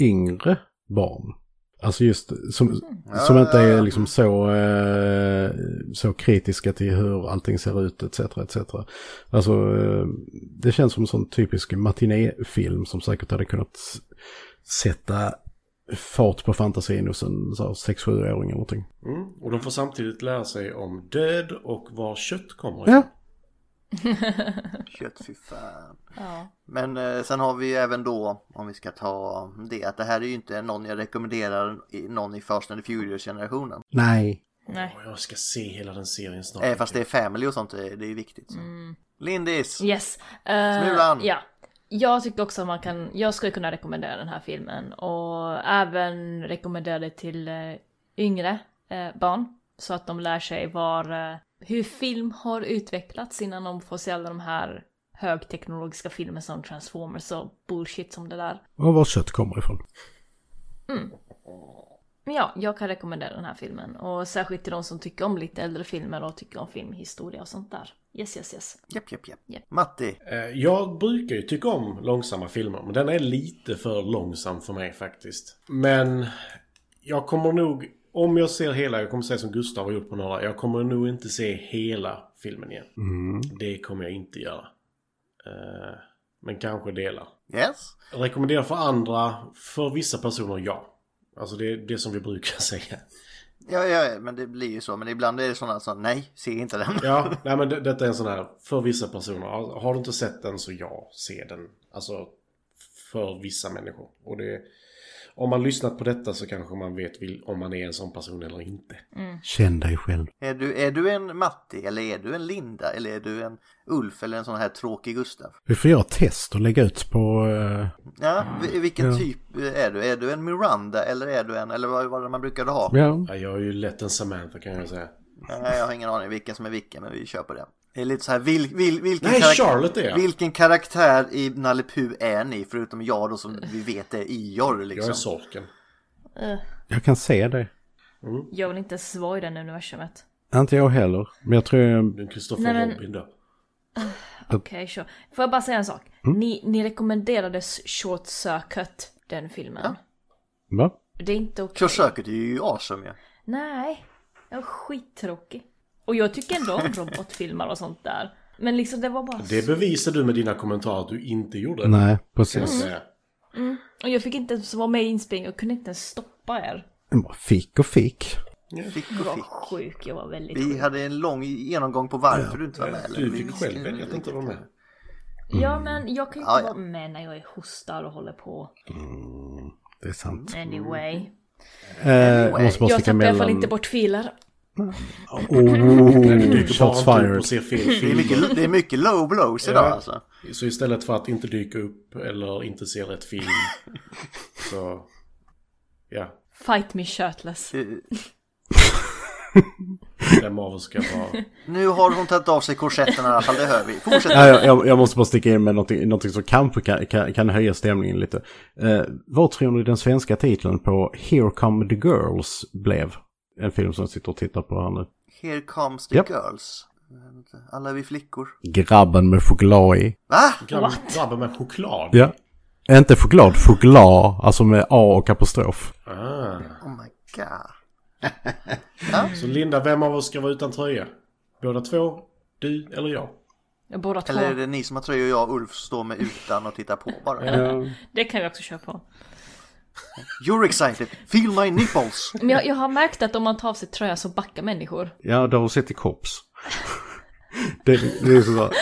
yngre barn. Alltså just som, som inte är liksom så, eh, så kritiska till hur allting ser ut etc. etc. Alltså eh, det känns som en sån typisk matinéfilm som säkert hade kunnat s- sätta fart på fantasin hos en så här, 6-7-åring eller någonting. Mm. Och de får samtidigt lära sig om död och var kött kommer Ja. Kött, fy fan. Ja. Men eh, sen har vi ju även då, om vi ska ta det, att det här är ju inte någon jag rekommenderar i- någon i Fast and the Furious-generationen. Nej. Nej. Och jag ska se hela den serien snart. Eh, fast det är family och sånt, det det är ju viktigt. Så. Lindis! Yes. Eh, Smulan. ja. Jag tyckte också att man kan, jag skulle kunna rekommendera den här filmen och även rekommendera det till eh, yngre eh, barn. Så att de lär sig var, eh, hur film har utvecklats innan de får se alla de här högteknologiska filmer som Transformers och bullshit som det där. Och var kött kommer ifrån. Men ja, jag kan rekommendera den här filmen och särskilt till de som tycker om lite äldre filmer och tycker om filmhistoria och sånt där. Yes, yes, yes. Japp, japp, japp. Japp. Matti, Eh, Jag brukar ju tycka om långsamma filmer, men den är lite för långsam för mig faktiskt. Men jag kommer nog, om jag ser hela, jag kommer säga som Gustav har gjort på några, jag kommer nog inte se hela filmen igen. Mm. Det kommer jag inte göra. Eh, Men kanske delar. yes? Rekommenderar för andra, för vissa personer ja. Alltså det är det som vi brukar säga. Ja, ja, men det blir ju så. Men ibland är det sådana som, nej, se inte den. Ja, nej men det, detta är en sån här, för vissa personer. alltså, Har har du inte sett den så ja, se den. Alltså, för vissa människor. Och det, om man lyssnat på detta så kanske man vet vil- om man är en sån person eller inte. Mm. Känn dig själv. Är, du, är du en Matti, eller är du en Linda, eller är du en Ulf, eller en sån här tråkig Gustav? Vi får göra ett test och lägga ut på... eh, Ja, vi- vilken typ är du? Är du en Miranda, eller är du en, eller vad vad det man brukade ha? ja. Ja, jag är ju lätt en Samantha kan jag säga. Nej, jag har ingen aning vilken som är vilken, men vi kör på det. Det är lite så här, vil, vil, vilken, Nej, karak- Charlotte är jag. vilken karaktär i Nalle Puh är ni? Förutom jag då som vi vet är Ior Jag liksom. är sorken. Jag kan se det. Jag vill inte ens vara i den universumet. Inte jag heller. Men jag tror jag... Den Kristoffer Nej, men- Robin då. Okej, sure. Får jag bara säga en sak? Ni, ni rekommenderade Short Circuit, den filmen. Va? Det är inte okej. Kursöket är ju awesome ju. Nej, den var skittråkig. Och jag tycker ändå om robotfilmer och sånt där. Men liksom det var bara... Det bevisar du med dina kommentarer att du inte gjorde. Nej, Kan jag precis. säga. Och jag fick inte ens vara med i inspelningen, jag kunde inte ens stoppa er. Den bara Fick och fick. Fick Jag och var fick. sjuk, jag var väldigt Vi sjuk. hade en lång genomgång på varför du inte var med. eller? Du Vi fick visste själv välja att inte inte vara Mm. med. Ja men jag kan ju inte Ja, ja. vara med när jag är hostar och håller på. Det är sant. Anyway. Eh, måste bara Jag sticka tappar i alla mellan... fall inte bort filer. Oh, Du tar shots inte upp fired. och ser fel Det är film. mycket, det är mycket low blows idag Ja. alltså. Så istället för att inte dyka upp eller inte se rätt film så... Ja, Fight me shirtless. Eh, vem av oss ska vara... Nu har hon tagit av sig korsetten i alla fall, det hör vi. Fortsätt. Ja, jag- jag, jag måste bara sticka in med någonting, någonting som kanske kan, kan, kan höja stämningen lite. Eh, vad tror ni den svenska titeln på Here Come the Girls blev? En film som jag sitter och tittar på här nu. Here comes the Japp. girls. Alla är vi flickor. Grabben med choklad i. Va? Grabben grabben med choklad. Ja. Inte choklad, choklad. Alltså med A och apostrof. Ah. Oh my god. Så Linda, vem av oss ska vara utan tröja? Båda två? Du eller jag? Jag Båda två. Eller är det ni som har tröja och jag och Ulf står med utan och tittar på bara? Det kan vi också köra på. You're excited, feel my nipples! Men jag, jag har märkt att om man tar av sig tröja så backar människor. Ja, det har du sett i Kops. det, det är sådär.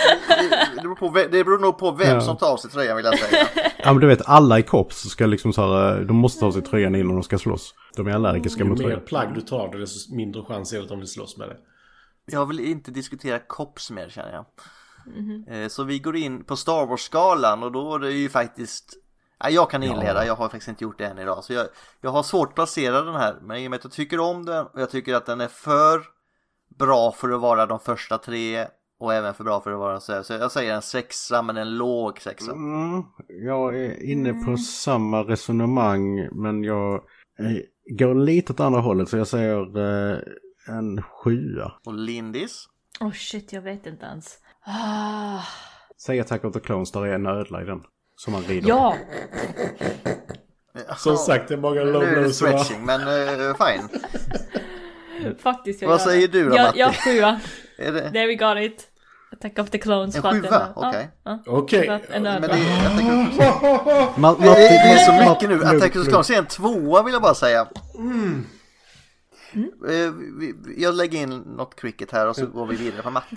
Det beror, på, ve- det beror nog på vem som tar av sig tröjan vill jag säga. Ja, men du vet, alla i Kops ska liksom så här, eh, de måste ta av sig tröjan innan de ska slåss. De är allergiska Ju mot mer tröjan. plagg du tar av desto mindre chans är det att de vill slåss med dig. Jag vill inte diskutera kops mer känner jag. Eh, Så vi går in på Star Wars-skalan och då är det ju faktiskt... Nej, jag kan inleda, jag har faktiskt inte gjort det än idag. Så jag, jag har svårt att placera den här, men i och med att jag tycker om den och jag tycker att den är för bra för att vara de första tre och även för bra för att vara så här. Så jag säger en sexa, men en låg sexa. Mm, jag är inne på samma resonemang men jag eh, går lite åt andra hållet så jag säger eh, en sjua. Och Lindis? Oh shit, jag vet inte ens. Ah, Säg Attack of the Clones, där är en ödla i den. Som man rider. ja, Som sagt, det är många Nu low är det blows va? stretching, men eh, fine. faktiskt. Jag Vad gör säger det. du då, Jag, Matti? jag sjua. Är det... There we got it. Attack of the clones. En för att sjua? den är- Okej. Ja, ja, Okej, för att en Men ödla. det, är- jag tänker, Ma- Matti, det är så Matti, mycket nu. Attack of the Clones är en tvåa vill jag bara säga. Eh, vi- vi- Jag lägger in något cricket här och så går vi vidare på Matti.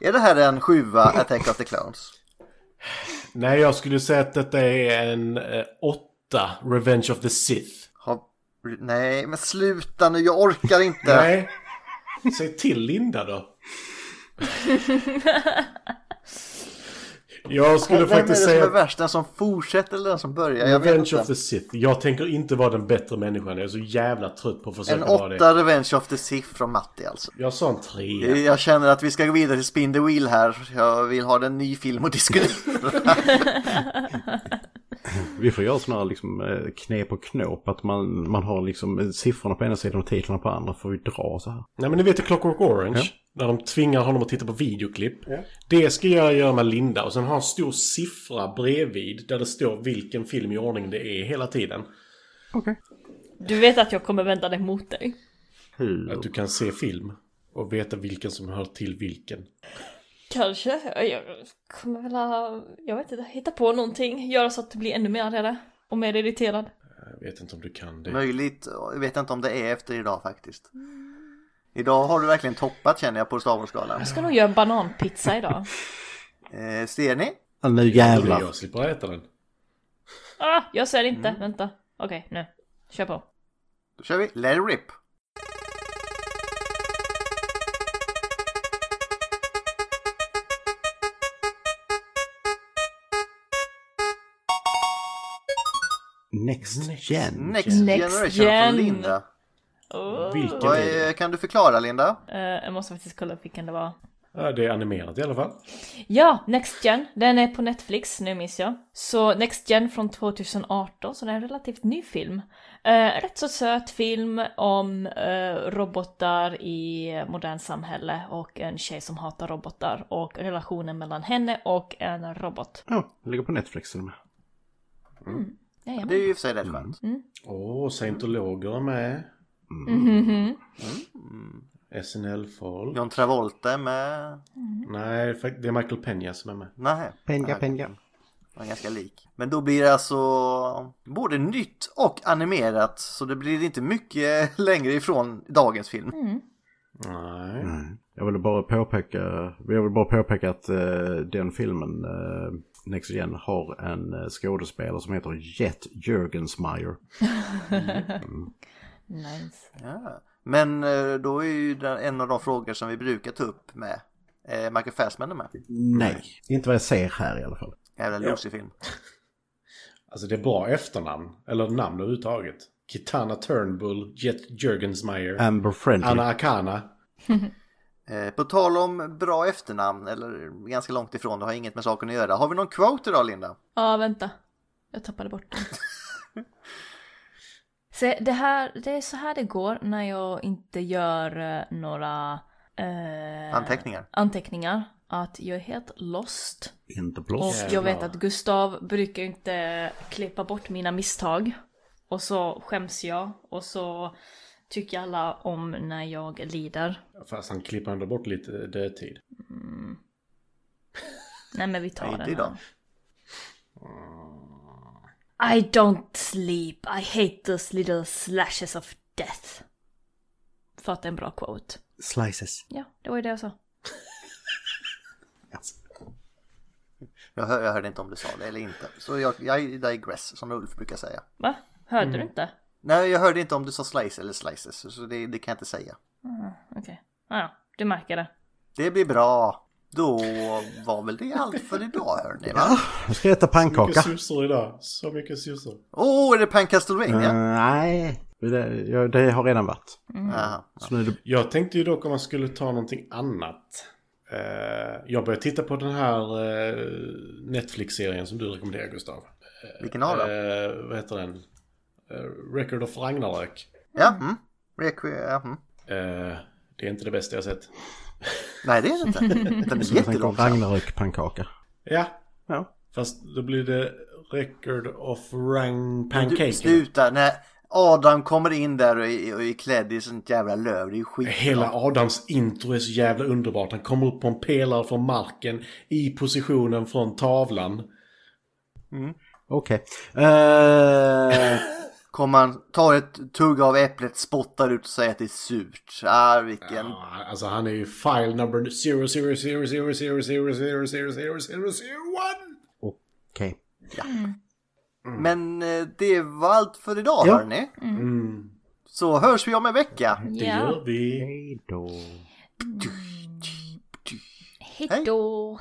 Är det här en sjua Attack of the Clones? nej jag skulle säga att detta är en eh, åtta, Revenge of the Sith. Har... Nej, men sluta nu, jag orkar inte. Nej, säg till Linda då. Jag skulle Vem är det faktiskt som är säga värst? Den som fortsätter eller den som börjar? Jag vet Revenge inte. of the Sith. Jag tänker inte vara den bättre människan. Jag är så jävla trött på att försöka En vara det. åtta Revenge of the Sith från Matti alltså. Jag sa en trea. Jag känner att vi ska gå vidare till Spin the Wheel här. Jag vill ha en ny film att diskutera. Vi får göra sådana här liksom, eh, knep och knåp. Att man, man har liksom eh, siffrorna på ena sidan och titlarna på andra. Får vi dra så här. Nej men ni vet i Clockwork Orange. När de tvingar honom att titta på videoklipp. Det ska jag göra med Linda. Och sen ha en stor siffra bredvid. Där det står vilken film i ordning det är hela tiden. Du vet att jag kommer vända dig mot dig. Hur? Att du kan se film. Och veta vilken som hör till vilken. Kanske. Jag kommer väl ha, jag vet inte, hitta på någonting. Göra så att du blir ännu mer argare. Och mer irriterad. Jag vet inte om du kan det. Möjligt, jag vet inte om det är efter idag faktiskt. Idag har du verkligen toppat känner jag på Star Wars-galan. Jag ska nog göra en bananpizza idag. Eh, ser ni? Ja, nu Eller jävlar. jag slipper äta den. Ah, jag ser inte, Mm. vänta. Okej, nu. Kör på. Då kör vi Let it rip! Next gen. Next, Next generation gen. från Linda. Vilken Vad är det? är, kan du förklara Linda? Eh, jag måste faktiskt kolla upp vilken det var. Ja, det är animerat i alla fall. Ja, Next Gen. Den är på Netflix, nu minns jag. Så Next Gen från 2018, så det är en relativt ny film. Eh, rätt så söt film om eh, robotar i modern samhälle och en tjej som hatar robotar och relationen mellan henne och en robot. Ja, det ligger på Netflix till och med. Jajamän. Det är ju i och för sig rätt skönt. Åh, scientologer är med. Mhm. Mm. SNL-folk. John Travolta är med. Nej, fakt- det är Michael Peña som är med. Nej, Penja, penja. var ganska lik. Men då blir det alltså både nytt och animerat. Så det blir inte mycket längre ifrån dagens film. Nej. Jag ville bara påpeka, jag vill bara påpeka att eh, den filmen, eh, Next Gen, har en eh, skådespelare som heter Jet Jürgensmeyer. Nice. Ja. Men eh, då är ju den- en av de frågor som vi brukar ta upp med. Eh, Michael Fassman är med. Nej, inte vad jag ser här i alla fall. Jävla lusig film. Alltså det är bra efternamn. Eller namn överhuvudtaget. Kitana Turnbull, Jet Jürgensmeyer, Amber Friendly. Anna Akana. Eh, på tal om bra efternamn, eller ganska långt ifrån, det har inget med saken att göra. Har vi någon quote idag Linda? Ja, vänta. Jag tappade bort den. Se, det, här, det är så här det går när jag inte gör eh, några eh, Anteckningar. anteckningar. Att jag är helt lost. Inte Och blåst. jag vet att Gustav brukar ju inte klippa bort mina misstag. Och så skäms jag. Och så tycker alla om när jag lider. Fast han klipper ändå bort lite dödtid. Nej men vi tar Nej, den. inte idag. I don't sleep. I hate those little slashes of death. För att det är en bra quote. Slices. Ja, det var ju det jag sa. Jag, hör, jag hörde inte om du sa det eller inte. Så jag, jag digress, som Ulf brukar säga. Va? Hörde du inte? Nej, jag hörde inte om du sa slice eller slices, så- så det, det kan jag inte säga. Okej. Ah, ja, du märker det. Det blir bra. Då var väl det allt för idag hörni va? Jag ska äta pannkaka. Mycket susor idag. Så mycket susor. Åh, oh, är det Pan Castlevania? Eh, nej, det, jag, det har redan varit. Jaha. Så nu är det Jag tänkte ju dock om man skulle ta någonting annat. Eh, jag började titta på den här eh, Netflix-serien som du rekommenderar Gustav. Vilken av dem? Eh, vad heter den? Eh, Record of Ragnarök. Ja, mm. Requ- ja, mm. Eh, det är inte det bästa jag sett. Nej, det är det inte. Den är jag tänker jättelångsam. Ragnarök-pannkaka. Ja, Ja. fast då blir det Record of Rang Du, Pancake. sluta, när Adam kommer in där och är, och är klädd i sånt jävla löv, det är ju skit. Hela Adams intro är så jävla underbart. Han kommer upp på en pelare från marken i positionen från tavlan. Okej. Eh, Kommer han ta ett tugg av äpplet, spottar ut och säger att det är surt. Ah, vilken... Ja, Alltså han är ju file number 000000000001. Okej. Mm. Men eh, det var allt för idag Ja. hörni. Så hörs vi om en vecka. Mm, Det gör vi. Hej då. Hej då.